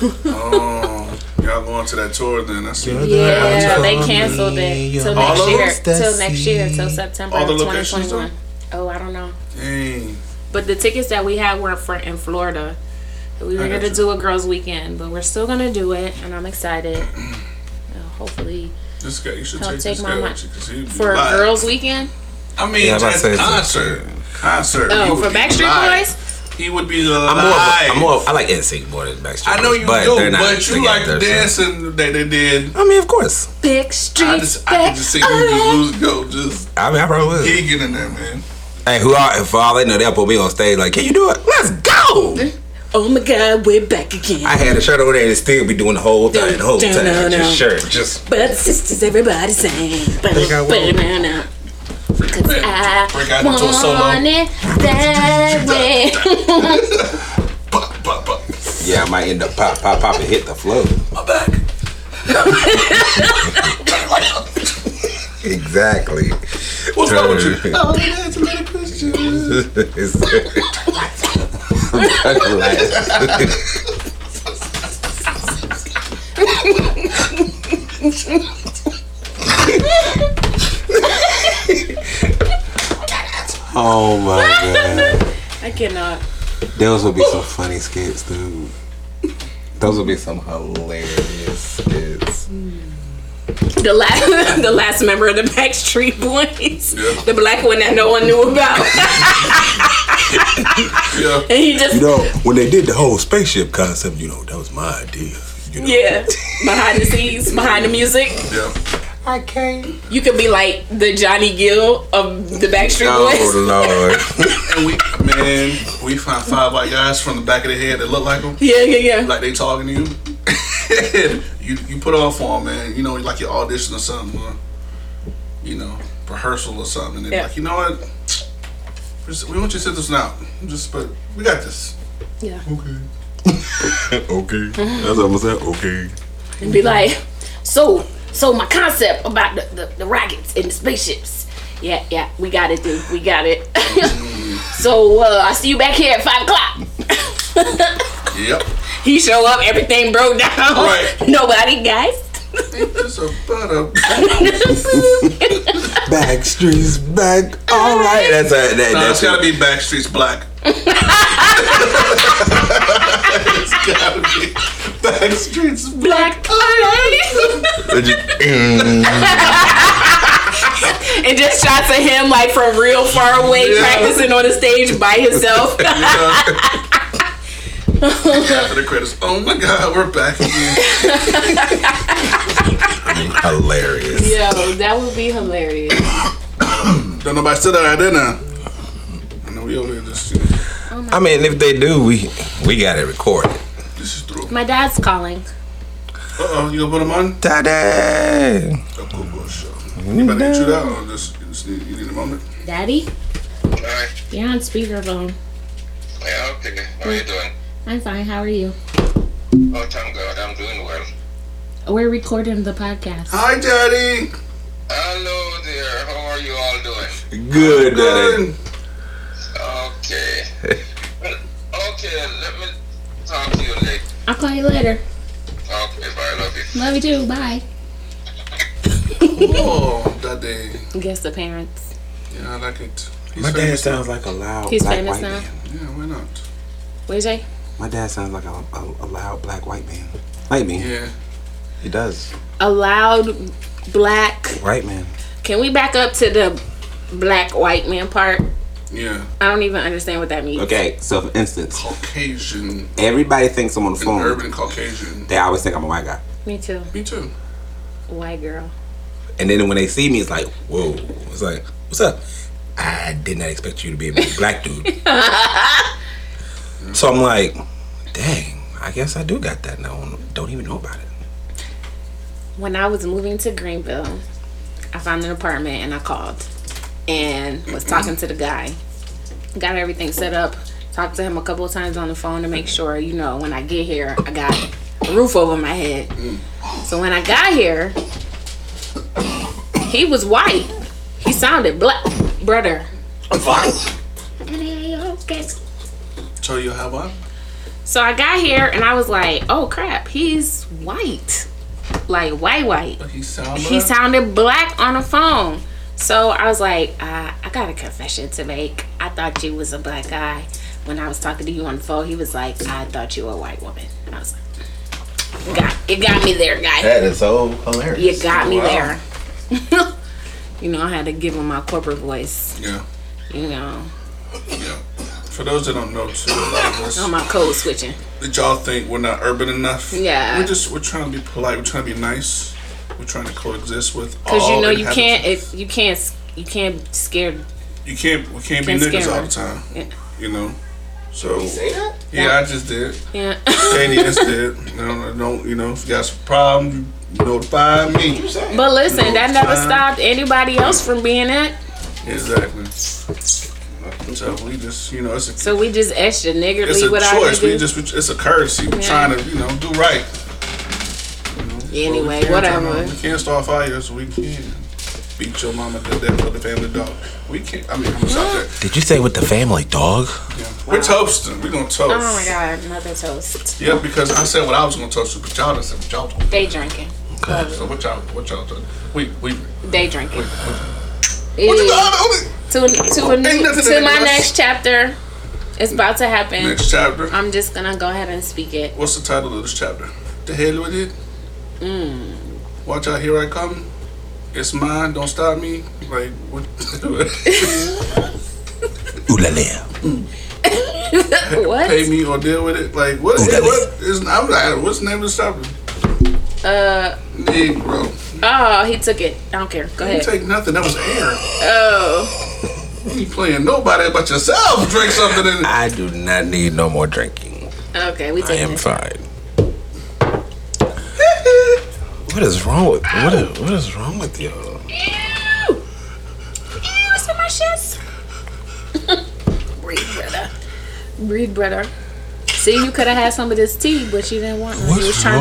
Speaker 8: Oh, y'all going to that tour then? That's it.
Speaker 5: Yeah, they canceled it till
Speaker 8: All
Speaker 5: next
Speaker 8: of
Speaker 5: year.
Speaker 8: us
Speaker 5: Till next year, till September
Speaker 8: All
Speaker 5: of
Speaker 8: the
Speaker 5: twenty
Speaker 8: locations,
Speaker 5: twenty one. Oh, I don't know.
Speaker 8: Dang.
Speaker 5: But the tickets that we had were for in Florida. We were
Speaker 8: I got
Speaker 5: gonna
Speaker 8: you.
Speaker 5: do a girls' weekend, but we're still gonna do it, and I'm excited. Uh, Hopefully,
Speaker 8: This guy, you should
Speaker 5: Don't
Speaker 8: take,
Speaker 5: take
Speaker 8: this
Speaker 5: my
Speaker 8: guy
Speaker 5: mic.
Speaker 8: with you, 'cause he'd be
Speaker 5: for a
Speaker 8: live.
Speaker 5: girls' weekend.
Speaker 8: I mean,
Speaker 6: Yeah, I'm about to
Speaker 8: just
Speaker 6: say it's a-
Speaker 8: concert. Concert. He
Speaker 5: Oh,
Speaker 8: would
Speaker 5: for
Speaker 8: be
Speaker 5: Backstreet
Speaker 8: live.
Speaker 5: Boys.
Speaker 8: He would be live.
Speaker 6: I'm more. Of, I'm more. Of, I like NSYNC more than Backstreet.
Speaker 8: I know you
Speaker 6: Boys, but
Speaker 8: do,
Speaker 6: they're not
Speaker 8: but you
Speaker 6: together,
Speaker 8: like the
Speaker 6: so-
Speaker 8: dancing that they did.
Speaker 6: I mean, of course.
Speaker 5: Big Street.
Speaker 8: I just, I could just see you just lose, go, just
Speaker 6: I mean, I probably would.
Speaker 8: gigging in there, man.
Speaker 6: Hey, who are? For all they know, they'll put me on stage. Like, can you do it? Let's go.
Speaker 5: oh my God, we're back again.
Speaker 6: I had a shirt over there and still be doing the whole thing, the whole
Speaker 5: Dun,
Speaker 6: time.
Speaker 5: dun, dun,
Speaker 6: Just
Speaker 5: dun.
Speaker 6: shirt, just
Speaker 5: But sisters, everybody sing. Ba-da-ba-da-ba-da. Cause I
Speaker 8: Break out into a solo.
Speaker 5: want it that way.
Speaker 8: Pop, pop, pop.
Speaker 6: yeah. I might end up pop, pop, pop and hit the floor.
Speaker 8: My back.
Speaker 6: Exactly.
Speaker 8: What's wrong with you? Oh, yeah, it's a little Christian.
Speaker 6: oh my god.
Speaker 5: I cannot.
Speaker 6: Those would be some funny skits, dude. Those would be some hilarious skits.
Speaker 5: The last, the last member of the Backstreet Boys, the black one that no one knew about,
Speaker 8: Yeah.
Speaker 5: and he just
Speaker 6: You know, when they did the whole spaceship concept, you know, that was my idea. You know?
Speaker 5: yeah behind the scenes, behind the music.
Speaker 8: Yeah.
Speaker 6: I can't.
Speaker 5: You could be like the Johnny Gill of the Backstreet Boys.
Speaker 6: Oh lord.
Speaker 8: And we, man, we find five white guys from the back of the head that look like them.
Speaker 5: Yeah, yeah, yeah.
Speaker 8: like they talking to you. you you put off on man. You know, like your audition or something, or, you know, rehearsal or something. And they're
Speaker 5: Yeah.
Speaker 8: like, you know what? We're just- We want you to sit this one out. Just, but we got this.
Speaker 5: Yeah.
Speaker 8: Okay. okay. That's what I'm saying. Okay.
Speaker 13: and be like, so, so my concept about the, the, the rockets and the spaceships. Yeah, yeah, we got it, dude. We got it.
Speaker 8: Mm.
Speaker 13: so uh, I see you back here at five o'clock.
Speaker 8: Yep.
Speaker 13: he show up, everything broke down.
Speaker 8: Right.
Speaker 13: Nobody, guys.
Speaker 8: It's about
Speaker 6: Back streets back. All right. That's a, that,
Speaker 8: Nah,
Speaker 6: that's
Speaker 8: it's gotta be Backstreet's Black. it's gotta be Backstreet's Black.
Speaker 13: Black eyes.
Speaker 6: Did you-
Speaker 13: and just shots of him like from real far away,
Speaker 8: Yeah.
Speaker 13: practicing on the stage by himself.
Speaker 8: After the credits, oh my God, we're back again.
Speaker 6: Mm, Hilarious.
Speaker 5: Yo, that would be hilarious.
Speaker 8: Don't nobody sit out there now. I know we over here just. This
Speaker 6: I mean, if they do, we we got it recorded.
Speaker 8: is through. Uh
Speaker 5: My dad's calling.
Speaker 8: oh, you gonna put them on?
Speaker 6: Ta-da!
Speaker 8: A cool bullshit.
Speaker 14: Mm-hmm.
Speaker 8: You better get you that or just, you just need, you need a moment.
Speaker 5: Daddy,
Speaker 15: Hi.
Speaker 5: you're on speakerphone.
Speaker 15: Yeah, okay. How are you doing?
Speaker 5: I'm fine. How are you?
Speaker 15: Oh, thank God. I'm doing well.
Speaker 5: We're recording the podcast.
Speaker 8: Hi, Daddy.
Speaker 15: Hello there. How are you all doing?
Speaker 6: Good. Daddy.
Speaker 8: Good.
Speaker 15: Okay. Well, okay, let me talk to you later.
Speaker 5: I'll call you later.
Speaker 15: Okay, bye. Love you.
Speaker 5: Love you too. Bye.
Speaker 8: Oh, Daddy.
Speaker 5: Guess the parents.
Speaker 8: Yeah, I like it. He's
Speaker 14: My dad
Speaker 8: famous.
Speaker 14: sounds like a loud
Speaker 5: He's
Speaker 14: black
Speaker 5: famous
Speaker 14: white
Speaker 5: now.
Speaker 14: man.
Speaker 8: Yeah, why not?
Speaker 5: What is Jay?
Speaker 14: My dad sounds like a, a, a loud black white man. White man.
Speaker 8: Yeah.
Speaker 14: He does.
Speaker 5: A loud black.
Speaker 14: White man.
Speaker 5: Can we back up to the black white man part?
Speaker 8: Yeah.
Speaker 5: I don't even understand what that means.
Speaker 14: Okay, so for instance,
Speaker 8: Caucasian.
Speaker 14: everybody thinks I'm on the
Speaker 8: An
Speaker 14: phone.
Speaker 8: urban Caucasian.
Speaker 14: They always think I'm a white guy.
Speaker 5: Me too.
Speaker 8: Me too.
Speaker 5: White girl.
Speaker 6: And then when they see me, it's like, whoa. It's like, what's up? I did not expect you to be a big black dude. so I'm like, dang, I guess I do got that now. Don't even know about it.
Speaker 5: When I was moving to Greenville, I found an apartment and I called and was talking to the guy. Got everything set up. Talked to him a couple of times on the phone to make sure, you know, when I get here, I got a roof over my head. So when I got here, he was white. He sounded black, brother.
Speaker 8: Tell you how I.
Speaker 5: So I got here and I was like, oh crap, he's white. Like white white.
Speaker 8: But he sounds.
Speaker 5: He sounded black on the phone. So I was like, uh, I got a confession to make. I thought you was a black guy. When I was talking to you on the phone, he was like, I thought you were a white woman. And I was like, got, it got me there, guy.
Speaker 6: That is so hilarious.
Speaker 5: You got me there. you know, I had to give him my corporate voice,
Speaker 8: Yeah.
Speaker 5: you know,
Speaker 8: Yeah. For those that don't know, too, a lot of us
Speaker 5: on Oh my code switching.
Speaker 8: that y'all think we're not urban enough.
Speaker 5: Yeah.
Speaker 8: We're just we're trying to be polite. We're trying to be nice. We're trying to coexist with all.
Speaker 5: Because you know you
Speaker 8: inhabitants.
Speaker 5: can't, if you can't, s- you can't scare
Speaker 8: You can't. We
Speaker 5: Can't
Speaker 8: can't, be niggas
Speaker 5: scare
Speaker 8: all
Speaker 5: her.
Speaker 8: the time.
Speaker 5: Yeah.
Speaker 8: You know. So. Yeah, I just did.
Speaker 5: Yeah.
Speaker 8: Danny just did. You know, I don't you know if you got some problem, you notify me.
Speaker 5: But listen, that never
Speaker 8: Time.
Speaker 5: stopped anybody else from being it.
Speaker 8: Exactly. So we just you know it's a
Speaker 5: So we just extra
Speaker 8: it's
Speaker 5: niggardly
Speaker 8: a
Speaker 5: with our
Speaker 8: choice. We
Speaker 5: niggas.
Speaker 8: just we- it's a courtesy. We're trying to you know do right.
Speaker 5: anyway,
Speaker 8: We can't turn on-
Speaker 5: whatever.
Speaker 8: We can't start fires. We can't beat your mama to death with the family dog. We can't. I mean, I'm just out there.
Speaker 14: Did you say with the family dog?
Speaker 8: Yeah. We're toasting. We're gonna toast.
Speaker 5: Oh my god, another toast.
Speaker 8: Yeah, because I said what I was gonna toast to, but y'all done said what y'all gonna
Speaker 5: Day drinking.
Speaker 8: toast. So what y'all what y'all toast? We we.
Speaker 5: Day drinking.
Speaker 8: What you
Speaker 5: Ew.
Speaker 8: got?
Speaker 5: To, to, a new-
Speaker 8: nothing
Speaker 5: to
Speaker 8: in
Speaker 5: my
Speaker 8: this.
Speaker 5: next chapter. It's about to happen.
Speaker 8: Next chapter.
Speaker 5: I'm just gonna go ahead and speak it.
Speaker 8: What's the title of this chapter? The hell with it? Mm. Watch out, here I come. It's mine, don't stop me. Like, what?
Speaker 14: Ooh la la.
Speaker 5: What?
Speaker 8: Pay me or deal with it? Like, what?
Speaker 14: that
Speaker 8: what is, I'm like, what's the name of this chapter?
Speaker 5: Uh
Speaker 8: Negro.
Speaker 5: oh, he took it. I don't care. Go
Speaker 8: You
Speaker 5: ahead.
Speaker 8: take nothing, that was air.
Speaker 5: Oh.
Speaker 8: You playing nobody but yourself. Drink something in it.
Speaker 6: I do not need no more drinking.
Speaker 5: Okay, we
Speaker 6: I
Speaker 5: taking
Speaker 6: am
Speaker 5: it.
Speaker 6: fine. what is wrong with what is, what is wrong with you?
Speaker 5: Ew! Ew, it's in my shits. Breathe, brother. Breathe, brother. See, you could have had some of this tea, but you didn't want none. You was trying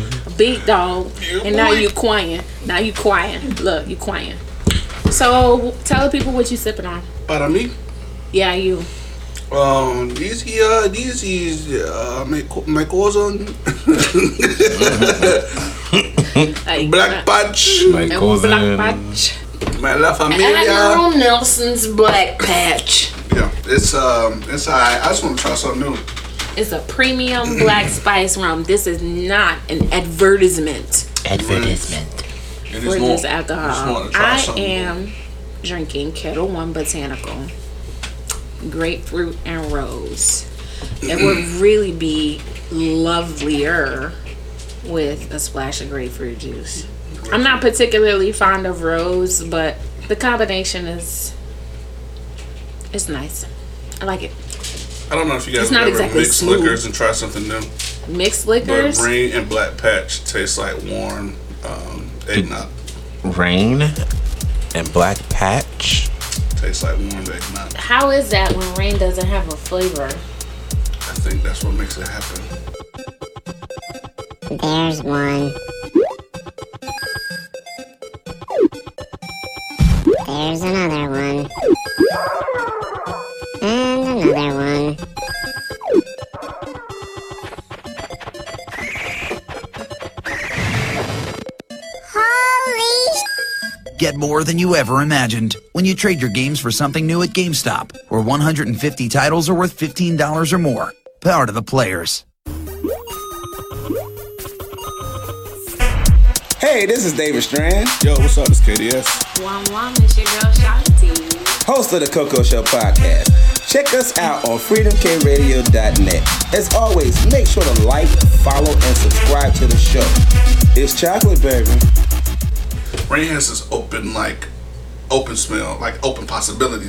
Speaker 5: to be a big dog, and now you quiet. Now you quiet. Look, you quiet. So tell the people what you sipping on.
Speaker 8: Para mí,
Speaker 5: Yeah, you.
Speaker 8: um, these here, these is uh, my co- my cousin,
Speaker 5: Like,
Speaker 8: Black Patch,
Speaker 5: uh,
Speaker 8: my,
Speaker 5: black patch.
Speaker 8: La Familia.
Speaker 16: Nelson's Black Patch.
Speaker 8: Yeah, it's um, it's I. I just want to try something new.
Speaker 5: It's a premium black spice rum. This is not an advertisement
Speaker 17: Advertisement.
Speaker 8: And
Speaker 5: for
Speaker 8: more-
Speaker 5: this
Speaker 8: just
Speaker 5: alcohol.
Speaker 8: wanna try
Speaker 5: I
Speaker 8: something
Speaker 5: am drinking Kettle One Botanical grapefruit and rose. It would really be lovelier with a splash of grapefruit juice. I'm not particularly fond of rose, but the combination is it's nice. I like it.
Speaker 8: I don't know if you guys
Speaker 5: It's not
Speaker 8: ever
Speaker 5: exactly
Speaker 8: mix
Speaker 5: smooth.
Speaker 8: liquors and try something new,
Speaker 5: Mixed
Speaker 8: but
Speaker 5: liquors.
Speaker 8: green and black patch tastes like warm um, eggnog.
Speaker 17: Rain and Black Patch.
Speaker 8: Tastes like warm eggnog.
Speaker 5: How is that when rain doesn't have a flavor?
Speaker 8: I think that's what makes it happen.
Speaker 18: There's one. There's another one. And another one.
Speaker 19: Get more than you ever imagined when you trade your games for something new at GameStop, where 150 titles are worth $15 or more. Power to the players.
Speaker 20: Hey, this is David Strand. Yo, what's up? It's KDS.
Speaker 5: One one, it's your girl Shanti.
Speaker 20: Host of the Coco Show podcast. Check us out on freedomkradio.net. As always, make sure to like, follow, and subscribe to the show. It's chocolate, baby.
Speaker 8: Rain has this open like open smell, like open possibility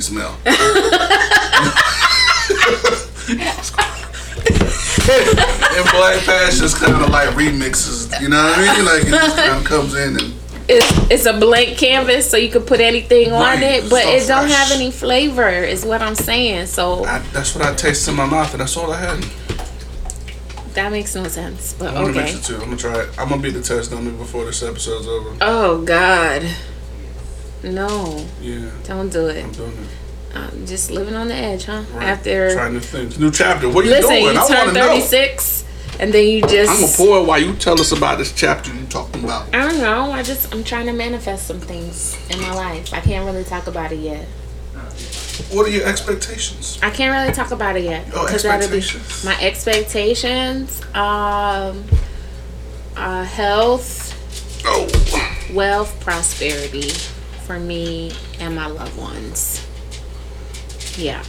Speaker 8: smell. and Black Patch just kind of like remixes, you know what I mean? Like it just kind of comes in and
Speaker 5: it's it's a blank canvas, so you can put anything on
Speaker 8: Right,
Speaker 5: it, but
Speaker 8: so
Speaker 5: it don't
Speaker 8: fresh.
Speaker 5: have any flavor. Is what I'm saying. So
Speaker 8: I, that's what I taste in my mouth, and that's all I had.
Speaker 5: that makes no sense. But
Speaker 8: I'm gonna mix
Speaker 5: okay.
Speaker 8: it too. I'm gonna try it. I'm gonna beat the test on me before this episode's over.
Speaker 5: Oh God, no!
Speaker 8: Yeah,
Speaker 5: Don't do it.
Speaker 8: I'm doing it.
Speaker 5: I'm just living on the edge, huh?
Speaker 8: Right.
Speaker 5: After
Speaker 8: trying new things, new chapter. What are you
Speaker 5: listen,
Speaker 8: doing?
Speaker 5: you
Speaker 8: I
Speaker 5: turn
Speaker 8: want to know.
Speaker 5: 36, and then you
Speaker 8: I'm gonna
Speaker 5: just
Speaker 8: pour it while you tell us about this chapter you talking about.
Speaker 5: I don't know. I just I'm trying to manifest some things in my life. I can't really talk about it yet.
Speaker 8: What are your expectations?
Speaker 5: I can't really talk about it yet
Speaker 8: Oh,
Speaker 5: that'll be
Speaker 8: expectations.
Speaker 5: my expectations. Um, uh, health,
Speaker 8: Oh,
Speaker 5: wealth, prosperity for me and my loved ones. Yeah,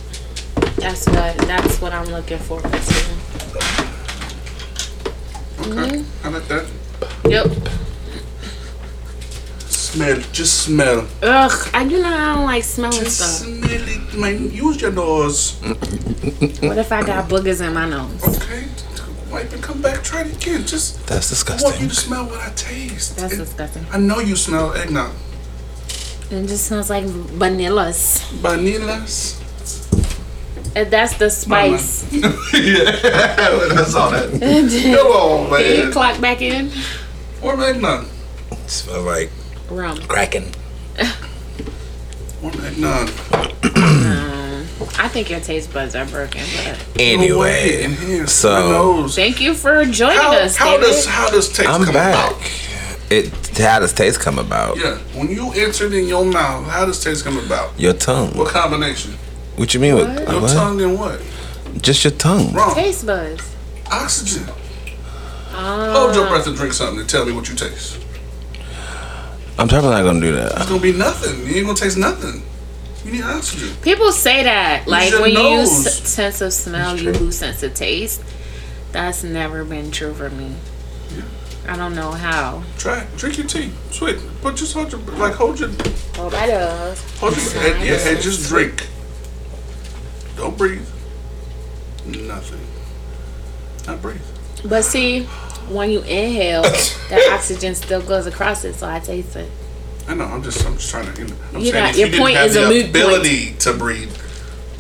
Speaker 5: that's what that's what I'm looking forward to.
Speaker 8: Okay,
Speaker 5: Mm-hmm.
Speaker 8: I like that.
Speaker 5: Yep.
Speaker 8: Smell, just smell.
Speaker 5: Ugh, I you know I don't like smelling
Speaker 8: Just
Speaker 5: stuff.
Speaker 8: smell it, man. Use your nose.
Speaker 5: What if I got boogers in my nose?
Speaker 8: Okay, wipe and come back. Try it again. Just.
Speaker 17: That's
Speaker 8: I want you to smell what I taste.
Speaker 5: That's
Speaker 8: It-
Speaker 5: disgusting.
Speaker 8: I know you smell eggnog.
Speaker 5: It just smells like vanillas.
Speaker 8: Vanillas.
Speaker 5: And that's the spice.
Speaker 8: yeah, that's all that.
Speaker 5: Come
Speaker 8: on,
Speaker 5: Can you
Speaker 8: man.
Speaker 5: clock back in?
Speaker 8: Warm eggnog.
Speaker 6: Smell like
Speaker 5: Rum.
Speaker 6: Kraken.
Speaker 8: Warm eggnog.
Speaker 5: I think your taste buds are broken. But
Speaker 8: Anyway,
Speaker 6: Anyway,
Speaker 8: in here, my
Speaker 6: so
Speaker 8: nose.
Speaker 5: thank you for joining
Speaker 8: How,
Speaker 5: us.
Speaker 8: how
Speaker 5: David.
Speaker 8: does how does taste
Speaker 6: I'm
Speaker 8: come
Speaker 6: back.
Speaker 8: about?
Speaker 6: It how does taste come about?
Speaker 8: Yeah, when you enter it in your mouth, how does taste come about?
Speaker 6: Your tongue.
Speaker 8: What combination?
Speaker 6: What you mean with
Speaker 8: Your
Speaker 6: what?
Speaker 8: tongue and what?
Speaker 6: Just your tongue.
Speaker 8: Wrong.
Speaker 5: taste buds?
Speaker 8: Oxygen.
Speaker 5: Oh,
Speaker 8: Hold your breath and drink something and tell me what you taste.
Speaker 6: I'm probably not gonna do that.
Speaker 8: It's gonna be nothing. You ain't gonna taste nothing. You need oxygen.
Speaker 5: people say that like
Speaker 8: your
Speaker 5: when you
Speaker 8: nose.
Speaker 5: use s- sense of smell, you lose sense of taste. That's never been true for me. I don't know how.
Speaker 8: Try it. Drink your tea. Sweet. But just hold your like hold your
Speaker 5: Well, that does.
Speaker 8: hold your head, yeah, and just drink. Don't breathe. Nothing. Not breathe.
Speaker 5: But see, when you inhale, that oxygen still goes across it, so I taste it.
Speaker 8: I know. I'm just. I'm just trying to. You know, I'm
Speaker 5: You're
Speaker 8: saying
Speaker 5: not-
Speaker 8: if
Speaker 5: your
Speaker 8: you didn't
Speaker 5: point
Speaker 8: have
Speaker 5: is
Speaker 8: the
Speaker 5: a moot point.
Speaker 8: ability to breathe.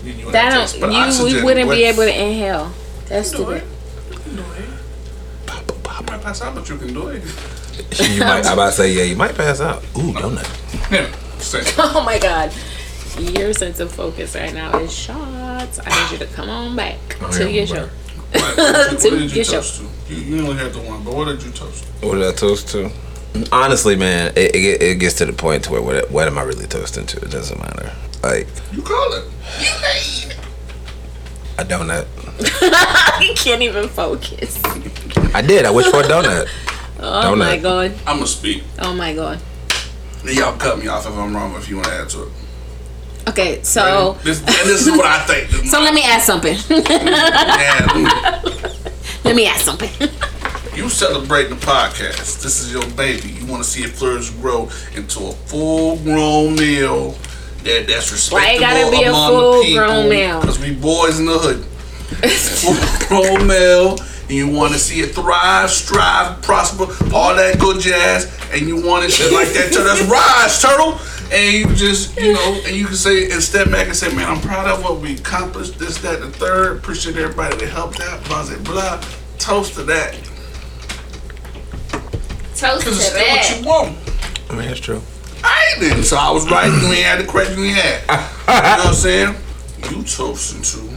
Speaker 8: You, you would
Speaker 5: That
Speaker 8: have taste,
Speaker 5: don't.
Speaker 8: but
Speaker 5: You we
Speaker 8: oxygen
Speaker 5: wouldn't be
Speaker 8: with-
Speaker 5: able to inhale. That's
Speaker 8: You can do
Speaker 5: stupid.
Speaker 8: it. You can do it. You might pass out, but you can do it.
Speaker 6: You might, I about to say, yeah, you might pass out. Ooh, donut.
Speaker 5: oh my god. Your sense of focus right now is shots. I need you to come on back
Speaker 8: Oh,
Speaker 5: to
Speaker 8: yeah,
Speaker 5: your show.
Speaker 8: What, what
Speaker 5: To
Speaker 8: did you
Speaker 5: your show.
Speaker 8: toast to? You, you only had the one, but what did you toast to?
Speaker 6: What did I toast to? Honestly, man, it, it, it gets to the point to where what, what am I really toasting to? It doesn't matter. Like
Speaker 8: You call it.
Speaker 6: a donut.
Speaker 5: I can't even focus.
Speaker 6: I did. I wished for a donut.
Speaker 5: Oh my god.
Speaker 8: I'm gonna speak.
Speaker 5: Oh my god.
Speaker 8: Then y'all cut me off if I'm wrong. If you want to add to it,
Speaker 5: Okay, so
Speaker 8: this, and this is what I think.
Speaker 5: so let me ask something.
Speaker 8: Yeah,
Speaker 5: let me ask something.
Speaker 8: You celebrating the podcast. This is your baby. You want to see it flourish, grow into a full-grown male that that's
Speaker 5: Why it
Speaker 8: respectable
Speaker 5: gotta be a
Speaker 8: among the people.
Speaker 5: full-grown male?
Speaker 8: Cause we boys in the hood. full-grown male, and you want to see it thrive, strive, prosper, all that good jazz, and you want it shit like that. So that's rise, turtle. And you just, you know, and you can say and step back and say, man, I'm proud of what we accomplished. This, that, and the third. Appreciate everybody that helped out. Blah, blah, blah. Toast to that.
Speaker 5: Toast
Speaker 8: Cause it's still what you want.
Speaker 6: I mean, that's true.
Speaker 8: I ain't didn't. So I was right. You ain't had the credit you had. You know what I'm saying? You toasting to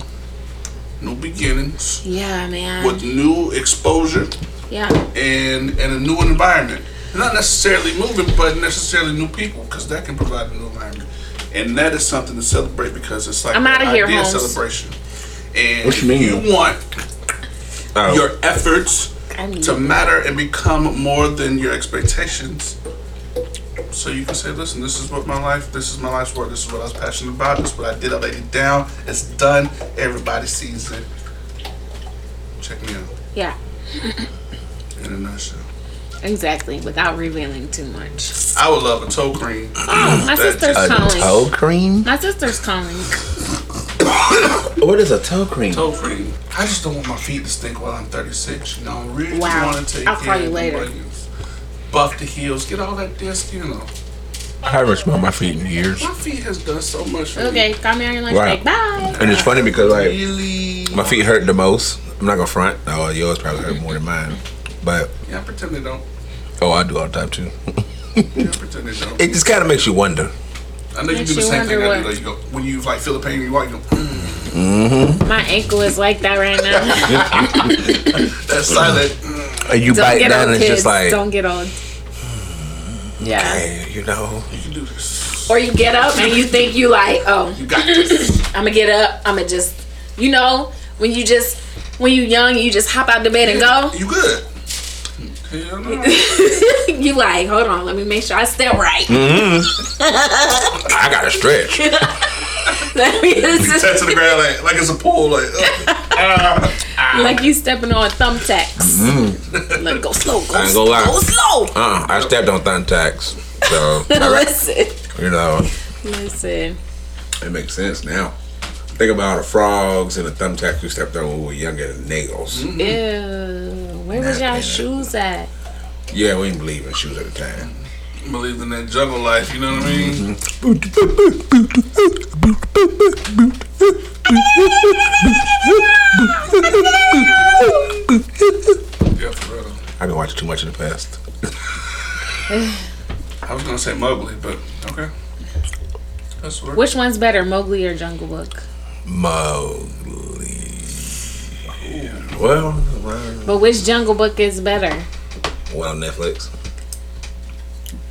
Speaker 8: new beginnings
Speaker 5: Yeah, man.
Speaker 8: with new exposure
Speaker 5: Yeah.
Speaker 8: and and a new environment. Not necessarily moving, but necessarily new people, because that can provide a new environment. And that is something to celebrate because it's like
Speaker 5: I'm
Speaker 8: an
Speaker 5: outta here,
Speaker 8: idea
Speaker 5: Holmes.
Speaker 8: celebration. And
Speaker 6: What you mean?
Speaker 8: you want
Speaker 6: Oh.
Speaker 8: your efforts to matter and become more than your expectations. So you can say, listen, this is what my life, this is my life's work, this is what I was passionate about, this is what I did, I laid it down, it's done, everybody sees it. Check me out
Speaker 5: Yeah.
Speaker 8: in a nutshell.
Speaker 5: Exactly. Without revealing too much.
Speaker 8: I would love a toe cream.
Speaker 6: Ah,
Speaker 5: Oh, my sister's
Speaker 6: a
Speaker 5: calling.
Speaker 6: toe cream?
Speaker 5: My sister's calling.
Speaker 6: What is a toe cream?
Speaker 8: Toe cream. I just don't want my feet to stink while I'm 36. You know, I really
Speaker 5: Wow.
Speaker 8: want to take
Speaker 5: I'll call
Speaker 8: care
Speaker 5: you
Speaker 8: of the
Speaker 5: later.
Speaker 8: leggings. Buff the heels, get all that dead skin off.
Speaker 17: I haven't smelled my feet in years.
Speaker 8: My feet has done so much for me.
Speaker 5: Okay, call me on your lunch
Speaker 6: Wow.
Speaker 5: break. Bye.
Speaker 6: And it's funny because like my feet hurt the most. I'm not gonna front. Oh, yours probably hurt more than mine. But
Speaker 8: Yeah, I pretend they don't.
Speaker 6: oh, I do all the time too.
Speaker 8: Yeah, I pretend they don't.
Speaker 6: It just kind of makes you wonder.
Speaker 8: I know you
Speaker 5: Makes
Speaker 8: do the
Speaker 5: you
Speaker 8: same thing
Speaker 5: wonder
Speaker 8: I
Speaker 5: what-
Speaker 8: do. Though. You go, when you like feel the pain, you like, you go, "Mm,
Speaker 6: Mm-hmm.
Speaker 5: My ankle is like that right now.
Speaker 8: that's silent. Mm,
Speaker 6: And you
Speaker 5: Don't
Speaker 6: bite
Speaker 5: get
Speaker 6: down
Speaker 5: old,
Speaker 6: and it's
Speaker 5: kids.
Speaker 6: just like, Hmm.
Speaker 5: Don't get old. Yeah.
Speaker 6: okay, you know.
Speaker 5: Or you get up and you think you like, oh, I'm gonna get up. I'm gonna just, you know, when you just, when you young, you just hop out the bed and go.
Speaker 8: You good?
Speaker 5: you like, hold on, let me make sure I step right.
Speaker 6: Mm-hmm. I gotta stretch.
Speaker 5: let me
Speaker 8: You touch to the ground like, like it's a pool. Like, uh,
Speaker 5: like you stepping on thumbtacks.
Speaker 6: Mm.
Speaker 5: Let go slow, go
Speaker 6: I ain't
Speaker 5: slow,
Speaker 6: gonna lie.
Speaker 5: go slow.
Speaker 6: Uh, I stepped on thumbtacks, so I re-
Speaker 5: listen,
Speaker 6: you know
Speaker 5: listen.
Speaker 6: it makes sense now. Think about all the frogs and the thumbtacks we stepped on when we were younger than nails.
Speaker 5: Ew, where was y'all shoes at?
Speaker 6: Yeah, we didn't believe in shoes at the time.
Speaker 8: believed in that jungle life, you know what I mean?
Speaker 6: I've been watching too much in the past.
Speaker 8: I was gonna say Mowgli, but okay. That's what.
Speaker 5: Which one's better, Mowgli or Jungle Book?
Speaker 6: Mowgli. Well, well,
Speaker 5: But which Jungle Book is better?
Speaker 6: well, Netflix.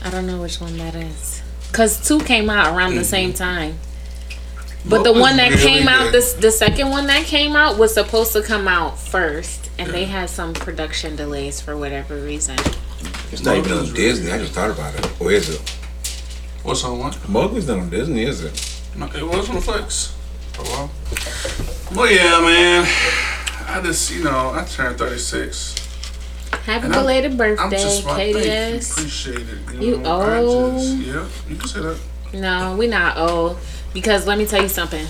Speaker 5: I don't know which one that is. Cause two came out around the same
Speaker 8: Mm-hmm.
Speaker 5: time. But the one that came out, this the second one that came out was supposed to come out first, and they had some production delays for whatever reason.
Speaker 6: It's not even on Disney. I just thought about it. Where is it?
Speaker 8: What's on what?
Speaker 6: Mowgli's not on Disney, is it?
Speaker 8: No, It was on the flex for a while. Well, yeah, man. I just, you know, I turned 36.
Speaker 5: Happy
Speaker 8: And I'm-
Speaker 5: belated
Speaker 8: I'm
Speaker 5: birthday,
Speaker 8: just my
Speaker 5: Katie.
Speaker 8: thing.
Speaker 5: S.
Speaker 8: Appreciate it.
Speaker 5: You
Speaker 8: know, I
Speaker 5: old?
Speaker 8: just- Yeah, you can say that.
Speaker 5: No, we not old. Because let me tell you something.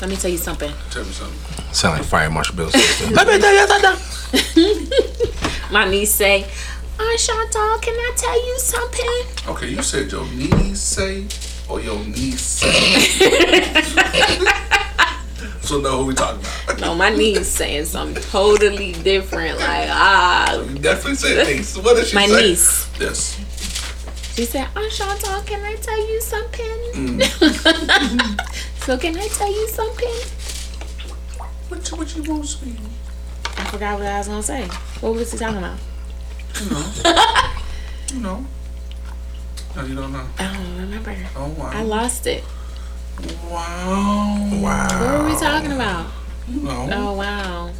Speaker 5: Let me tell you something.
Speaker 8: Tell me something.
Speaker 6: Sound like Fire Marshal Bill's sister.
Speaker 5: My niece say, Aunt Chantal, can I tell you something?
Speaker 8: Okay, you said your knees say or your niece say. so know who we talking about.
Speaker 5: no, my niece saying something totally different. Like ah,
Speaker 8: Definitely said things. What did she
Speaker 5: My
Speaker 8: say?
Speaker 5: niece.
Speaker 8: Yes.
Speaker 5: she said, "Aunt Chantal, can I tell you something?"
Speaker 8: Mm.
Speaker 5: so can I tell you something?
Speaker 8: What you, what you want to say?
Speaker 5: I forgot what I was gonna say. What was he talking about?
Speaker 8: You know. No, you don't know.
Speaker 5: I don't remember.
Speaker 8: Oh wow.
Speaker 6: Um,
Speaker 5: I lost it.
Speaker 8: Wow.
Speaker 5: What
Speaker 8: Wow.
Speaker 5: were
Speaker 6: um,
Speaker 5: we talking about?
Speaker 8: No.
Speaker 5: Oh wow,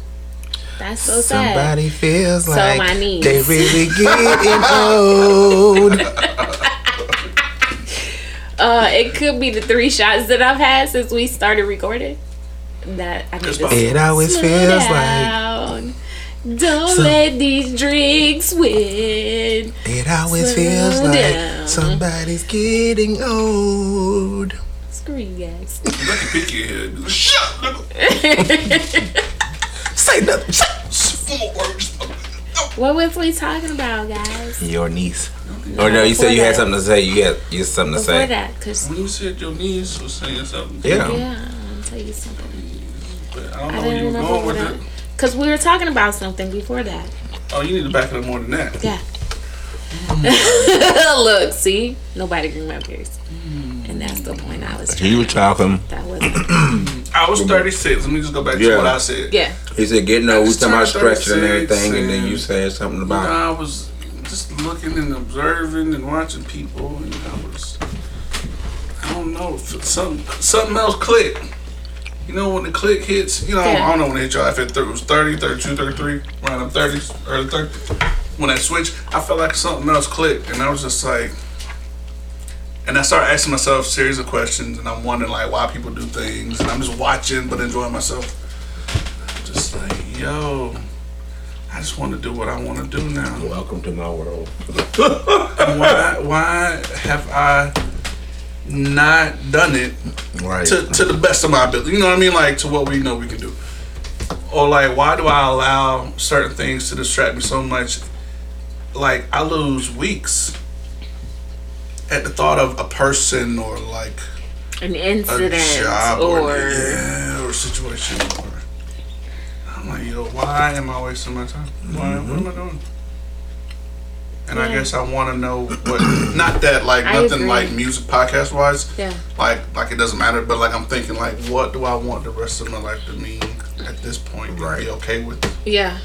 Speaker 5: that's so sad.
Speaker 6: Somebody feels
Speaker 5: So
Speaker 6: like
Speaker 5: my niece.
Speaker 6: they really getting old.
Speaker 5: Uh, it could be the three shots that I've had since we started recording. That I need to
Speaker 6: It always
Speaker 5: slow
Speaker 6: feels like-
Speaker 5: down. like. Don't
Speaker 6: Some-
Speaker 5: let these drinks win.
Speaker 6: It always feels
Speaker 5: Slow
Speaker 6: like
Speaker 5: down.
Speaker 6: somebody's getting old.
Speaker 5: Screw you guys.
Speaker 8: Pinky head.
Speaker 6: Say nothing.
Speaker 5: what was we talking about, guys?
Speaker 6: Your niece. Or Oh, no, you said you had something to say. You had you had something to
Speaker 5: Before
Speaker 6: say.
Speaker 5: that, because
Speaker 8: When you said your niece was saying something.
Speaker 6: Yeah.
Speaker 5: I'll tell you something.
Speaker 8: But
Speaker 5: I
Speaker 8: I don't know
Speaker 5: didn't
Speaker 8: where you were
Speaker 5: remember
Speaker 8: going
Speaker 5: what
Speaker 8: with
Speaker 5: I.
Speaker 8: it.
Speaker 5: Because we were talking about something before that.
Speaker 8: Oh, you need to back it up more than that.
Speaker 5: Yeah. Look, see, nobody remembers, and that's the point I was.
Speaker 17: He was talking.
Speaker 5: That was.
Speaker 8: I was 36. Let me just go back to
Speaker 17: Yeah.
Speaker 8: what I said.
Speaker 5: Yeah.
Speaker 6: He said, "Getting old." We talking about
Speaker 8: Just turned
Speaker 6: stretching and
Speaker 8: 36
Speaker 6: everything, and then you said something
Speaker 8: You know,
Speaker 6: about.
Speaker 8: I was just looking and observing and watching people, and I was, I don't know, f- something, something else clicked. You know, when the click hits, you know, I don't know when it hit y'all, if it, th- it was 30, 32, 33, around them 30s, early 30s, when that switch, I felt like something else clicked, and I was just like, and I started asking myself a series of questions, and I'm wondering, like, why people do things, and I'm just watching but enjoying myself. Just like, yo, I just want to do what I want to do now.
Speaker 6: Welcome to my world.
Speaker 8: and why, why have I not done it
Speaker 6: Right.
Speaker 8: to, to the best of my ability? You know what I mean? Like, to what we know we can do. Or, like, why do I allow certain things to distract me so much? Like, I lose weeks at the thought of a person or, like,
Speaker 5: an
Speaker 8: a
Speaker 5: incident
Speaker 8: job
Speaker 5: or,
Speaker 8: or, yeah, or situation. Or, I'm like, yo, why am I wasting my time? Why, What am I doing? And I
Speaker 5: Yeah.
Speaker 8: guess I want to know what. Not that like
Speaker 5: I
Speaker 8: nothing
Speaker 5: agree.
Speaker 8: like music podcast wise.
Speaker 5: Yeah.
Speaker 8: Like like it doesn't matter, but like I'm thinking like, what do I want the rest of my life to mean at this point? Right. Be okay with.
Speaker 5: yeah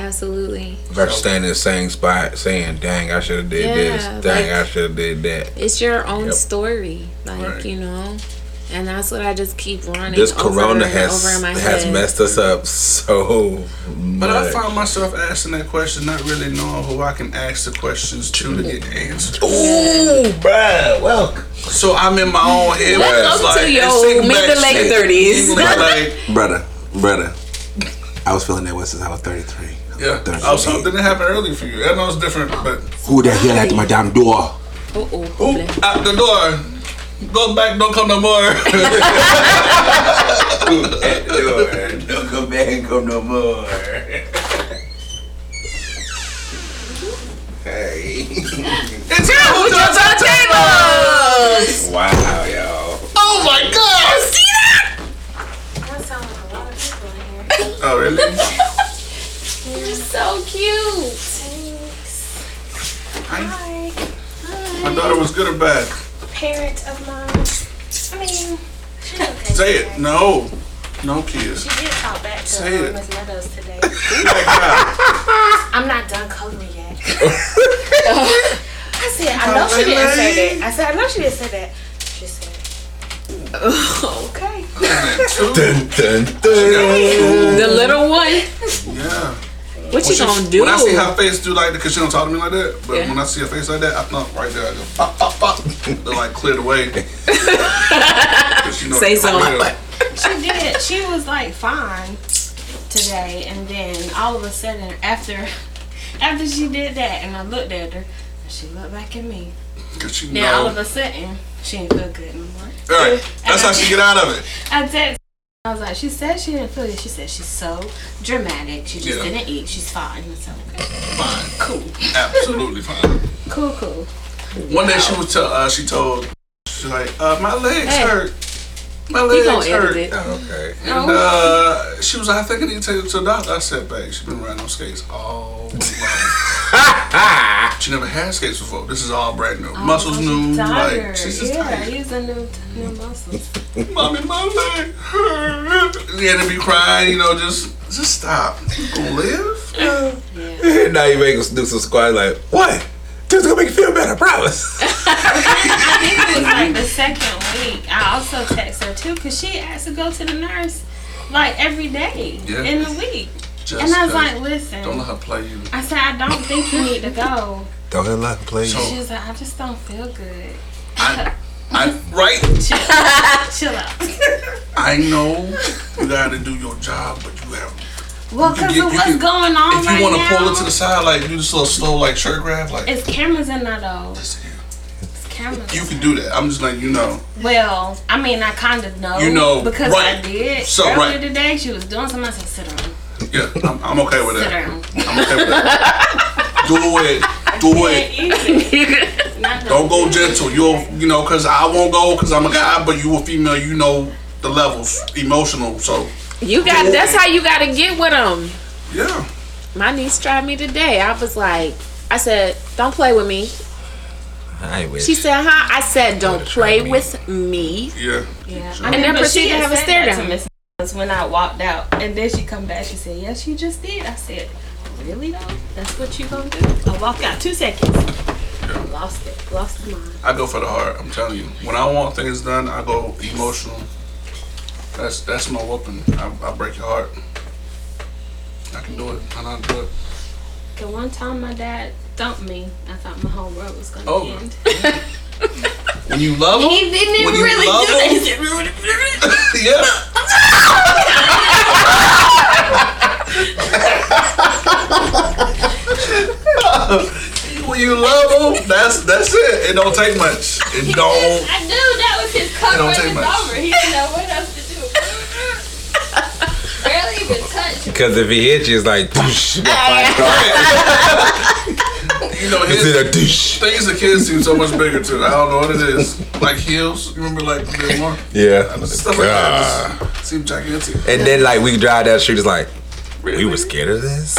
Speaker 5: absolutely
Speaker 6: Versus staying in the same spot, saying, "Dang, I should have did
Speaker 5: Yeah,
Speaker 6: this. Dang,
Speaker 5: like-
Speaker 6: I should have did that."
Speaker 5: it's your own
Speaker 6: Yep.
Speaker 5: story like
Speaker 6: Right.
Speaker 5: you know and that's what i just keep running
Speaker 6: This
Speaker 5: over
Speaker 6: corona
Speaker 5: and
Speaker 6: has
Speaker 5: over in my
Speaker 6: has
Speaker 5: head.
Speaker 6: messed us up so much.
Speaker 8: But I find myself asking that question, not really knowing who I can ask the questions to to get answers.
Speaker 6: Ooh, bruh, welcome.
Speaker 8: So I'm in my own head. where it's
Speaker 5: Welcome
Speaker 8: like,
Speaker 5: to
Speaker 8: it
Speaker 5: your
Speaker 8: seems
Speaker 5: mid to
Speaker 8: like
Speaker 5: late
Speaker 8: shit.
Speaker 5: 30s.
Speaker 8: Like,
Speaker 17: Brother, brother. I was feeling that way since I was 33.
Speaker 8: yeah. oh, I was hoping it happened early for you. I know it's different, but
Speaker 17: Who the hell at my damn door?
Speaker 8: Ooh, out the door. Go back, don't come no more.
Speaker 6: Don't come back and come no more. hey.
Speaker 8: it's your who turns our tables.
Speaker 6: Wow, y'all.
Speaker 8: Oh my god! See that? Oh really?
Speaker 5: you're so cute
Speaker 8: Hi. My daughter was good or bad?
Speaker 21: Parent of mine. I mean, she's okay.
Speaker 8: Say it. No. No kids.
Speaker 21: She did talk back to
Speaker 8: Say it.
Speaker 21: um, Miss Meadows today. I'm not done coloring yet. I said, I know she didn't say that. I said, I know she didn't say that. She said,
Speaker 5: Oh,
Speaker 21: okay.
Speaker 6: Dun, dun, dun.
Speaker 5: the little one
Speaker 8: Yeah.
Speaker 5: what
Speaker 8: When
Speaker 5: you
Speaker 8: she-
Speaker 5: gonna do
Speaker 8: When I see her face do like that, because she don't talk to me like that, but when I see her face like that, I thump right there. I go, pop, pop, pop. They're like, clear the way. 'Cause you know
Speaker 5: Say
Speaker 8: the
Speaker 5: something.
Speaker 8: way.
Speaker 21: She did. She was like fine today, and then all of a sudden, after after she did that, and I looked at her, and she looked back at me.
Speaker 8: 'Cause she
Speaker 21: Then all
Speaker 8: know.
Speaker 21: of a sudden, she didn't feel good no more.
Speaker 8: All right. That's how she get out of it.
Speaker 21: I texted. I was like, she said she didn't feel good. She said she's so dramatic. She just
Speaker 8: Yeah.
Speaker 21: didn't eat. She's fine. I said, okay.
Speaker 8: Fine. Cool. Absolutely fine.
Speaker 21: Cool, cool.
Speaker 8: One day she was tell uh, she told she's like, uh, my legs
Speaker 21: Hey.
Speaker 8: hurt. My
Speaker 5: He
Speaker 8: legs
Speaker 5: gonna edit
Speaker 8: hurt.
Speaker 5: it.
Speaker 8: Oh, okay.
Speaker 5: No.
Speaker 8: And uh, she was, like, I think I need to take it to the doctor. I said, babe, she's been riding on skates all week long. she never had skates before. This is all brand new. Muscles new. Like, she's just
Speaker 21: yeah, using new, new muscles.
Speaker 8: tired. Mommy, my leg hurt. Yeah, to be crying, you know, just just stop. Live.
Speaker 6: now you make us do some squats like what? This is gonna make you feel better, I promise.
Speaker 21: I think it was like the second week. I also text her too because she asked to go to the nurse like every day
Speaker 8: Yeah.
Speaker 21: in the week.
Speaker 8: Just
Speaker 21: and I was
Speaker 8: don't-
Speaker 21: like, listen.
Speaker 8: Don't let her play you.
Speaker 21: I said, I don't think you need to go.
Speaker 6: Don't let her play
Speaker 21: She was like, I just don't feel good.
Speaker 8: I, I, right?
Speaker 21: Chill out. Chill out.
Speaker 8: I know you gotta do your job, but you have
Speaker 21: Well, because
Speaker 8: You
Speaker 21: of
Speaker 8: get-
Speaker 21: what's
Speaker 8: you get-
Speaker 21: going on
Speaker 8: If you
Speaker 21: right
Speaker 8: want
Speaker 21: now,
Speaker 8: to pull it to the side, like do this little slow, like shirt grab, like
Speaker 21: it's cameras in there though. It's cameras.
Speaker 8: you can do that. I'm just letting you know.
Speaker 21: Well, I mean, I kind of know.
Speaker 8: You know,
Speaker 21: because I
Speaker 8: right.
Speaker 21: did
Speaker 8: So,
Speaker 21: earlier
Speaker 8: right.
Speaker 21: today. She was doing something. I said, sit down,
Speaker 8: Yeah, I'm, I'm okay with
Speaker 21: sit
Speaker 8: that.
Speaker 21: down.
Speaker 8: I'm okay with that. Do it, do it. Don't go gentle. You'll, you know, because I won't go because I'm a guy, but you a female. You know the levels, emotional. So
Speaker 5: You got. That's how you got to get with them.
Speaker 8: Yeah.
Speaker 5: My niece tried me today. I was like, I said, "Don't play with me."
Speaker 6: I wish.
Speaker 5: She said, "Huh?" I said, "Don't play with me."
Speaker 8: yeah.
Speaker 21: Yeah,
Speaker 5: And then
Speaker 21: but she
Speaker 5: proceeded to
Speaker 21: had
Speaker 5: have a
Speaker 21: said
Speaker 5: stare
Speaker 21: that
Speaker 5: down.
Speaker 21: to Miss Nichols when I walked out, and then she come back. She said, "Yes, you just did." I said, "Really though? That's what you gonna do?" I walked out two seconds. Lost it. Lost the mind.
Speaker 8: I go for the heart. I'm telling you. When I want things done, I go emotional. That's that's my weapon. I, I break your heart. I can do it. I know how to do it.
Speaker 21: The one time my dad dumped me, I thought my whole world was gonna
Speaker 8: Oh.
Speaker 21: end.
Speaker 8: When you love them,
Speaker 21: He didn't even
Speaker 8: when Oh, you
Speaker 21: really
Speaker 8: love
Speaker 21: do that. He said,
Speaker 8: them,
Speaker 21: "Rudy,
Speaker 8: yeah. when you love them, that's that's it. It don't take much. It don't.
Speaker 21: I knew that was his
Speaker 8: It
Speaker 21: cover.
Speaker 8: don't
Speaker 21: It
Speaker 8: take
Speaker 21: was
Speaker 8: much.
Speaker 21: over. He didn't know what else to do. Barely even touched. me.
Speaker 6: Because if he hits you, it's like, you got
Speaker 8: You know, his, things the kids seem so much bigger too. I don't know what it is. Like heels. You remember like Bill Maher?
Speaker 21: Oh,
Speaker 6: Yeah.
Speaker 8: Stuff like that just seem gigantic.
Speaker 6: And then like we drive down the street, it's like, we were scared of this.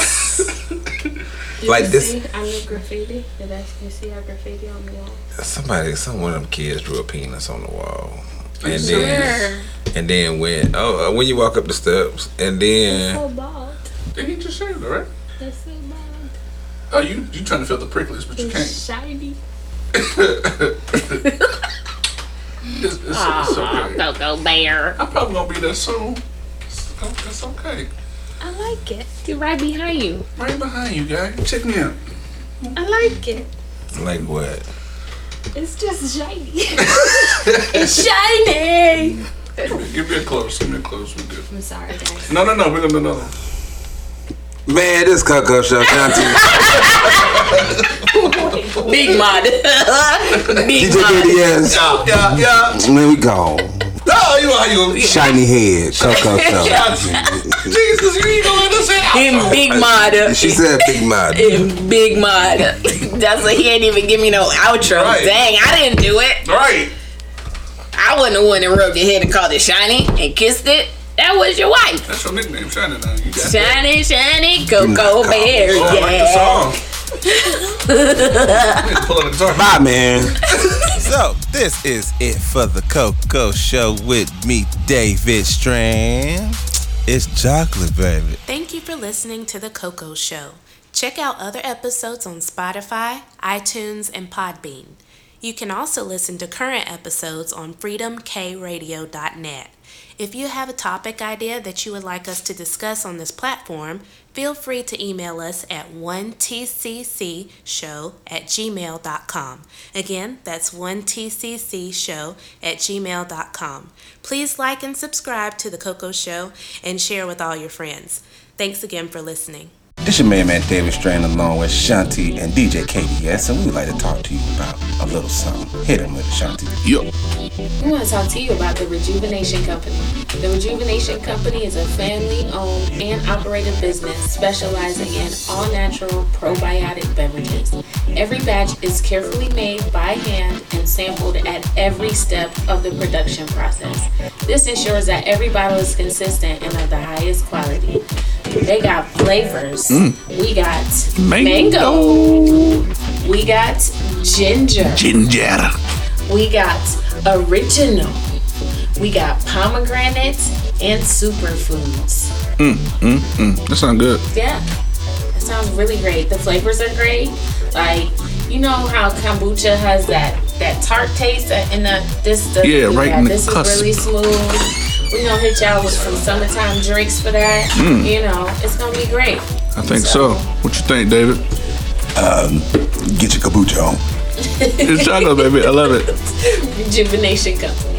Speaker 6: like
Speaker 21: you
Speaker 6: this,
Speaker 21: See, I knew graffiti. Did I you see our graffiti on the wall?
Speaker 6: somebody, some one of them kids drew a penis on the wall,
Speaker 21: I'm
Speaker 6: and then, and then when, oh, uh, when you walk up the steps, and then,
Speaker 21: So bald.
Speaker 8: Did he just shave it, right?
Speaker 21: That's so bald.
Speaker 8: Oh, you you trying to feel the pricklies, but you can't.
Speaker 21: It's shiny.
Speaker 8: It's, it's, it's
Speaker 5: Aw,
Speaker 8: okay.
Speaker 5: go go bear.
Speaker 8: I'm probably gonna be there soon. It's, it's okay.
Speaker 5: I like it. Get right behind you.
Speaker 8: Right behind you, guy. Check me out.
Speaker 21: I like it.
Speaker 6: like what?
Speaker 21: It's just shiny. it's shiny.
Speaker 8: Give me a close. Give me a close. We're good.
Speaker 21: I'm sorry, guys.
Speaker 8: No, no, no. We're gonna no, no.
Speaker 6: Man, this Coco Show content.
Speaker 16: Big mod. Big
Speaker 6: DJ
Speaker 16: mod.
Speaker 6: KDS.
Speaker 8: Yeah, yeah, yeah.
Speaker 17: There we go.
Speaker 8: No, you are you.
Speaker 17: Shiny head. Coco Show.
Speaker 8: Jesus, you ain't gonna let us
Speaker 16: In big mod.
Speaker 17: She said big mod.
Speaker 16: In big mod. That's what he ain't even give me no outro.
Speaker 17: Right.
Speaker 16: Dang, I didn't do it.
Speaker 8: Right.
Speaker 16: I wasn't the one that rubbed your head and called it shiny and kissed it. That was your wife.
Speaker 8: That's your nickname, Shiny. Now you got that.
Speaker 16: Shiny, shiny, cocoa bear.
Speaker 8: Oh, I like the
Speaker 16: Yeah.
Speaker 8: song. I need to pull out a guitar.
Speaker 17: Bye, man.
Speaker 20: so this is it for the Coco Show with me, David Strand. It's chocolate, baby.
Speaker 4: Thank you for listening to The Coco Show. Check out other episodes on Spotify, iTunes, and Podbean. You can also listen to current episodes on freedomkradio.net. If you have a topic idea that you would like us to discuss on this platform, feel free to email us at 1tccshow at gmail.com. Again, that's 1tccshow at gmail.com. Please like and subscribe to The Coco Show and share with all your friends. Thanks again for listening.
Speaker 20: This your man, man David Strain, along with Shanti and DJ KDS, and we would like to talk to you about a little something. Hit him with it, Shanti. Yup.
Speaker 5: We want to talk to you about the Rejuvenation Company. The Rejuvenation Company is a family owned and operated business specializing in all natural probiotic beverages. Every batch is carefully made by hand and sampled at every step of the production process. This ensures that every bottle is consistent and of the highest quality. They got flavors.
Speaker 8: Mm.
Speaker 5: We got
Speaker 8: Mango.
Speaker 5: mango. We got ginger.
Speaker 8: Ginger.
Speaker 5: We got original. We got pomegranates and superfoods.
Speaker 8: Mm, mm, mm. That sound good.
Speaker 5: Yeah, that sounds really great. The flavors are great. Like you know how kombucha has that that tart taste in the this the
Speaker 8: Yeah, right in the
Speaker 5: this
Speaker 8: cusp.
Speaker 5: is really smooth. We gonna hit y'all with some summertime drinks for that.
Speaker 8: Mm.
Speaker 5: You know, it's gonna be great.
Speaker 8: I think so. What you think, David? Um, get your kabucho on. It's chocolate, baby. I love it.
Speaker 5: Rejuvenation company.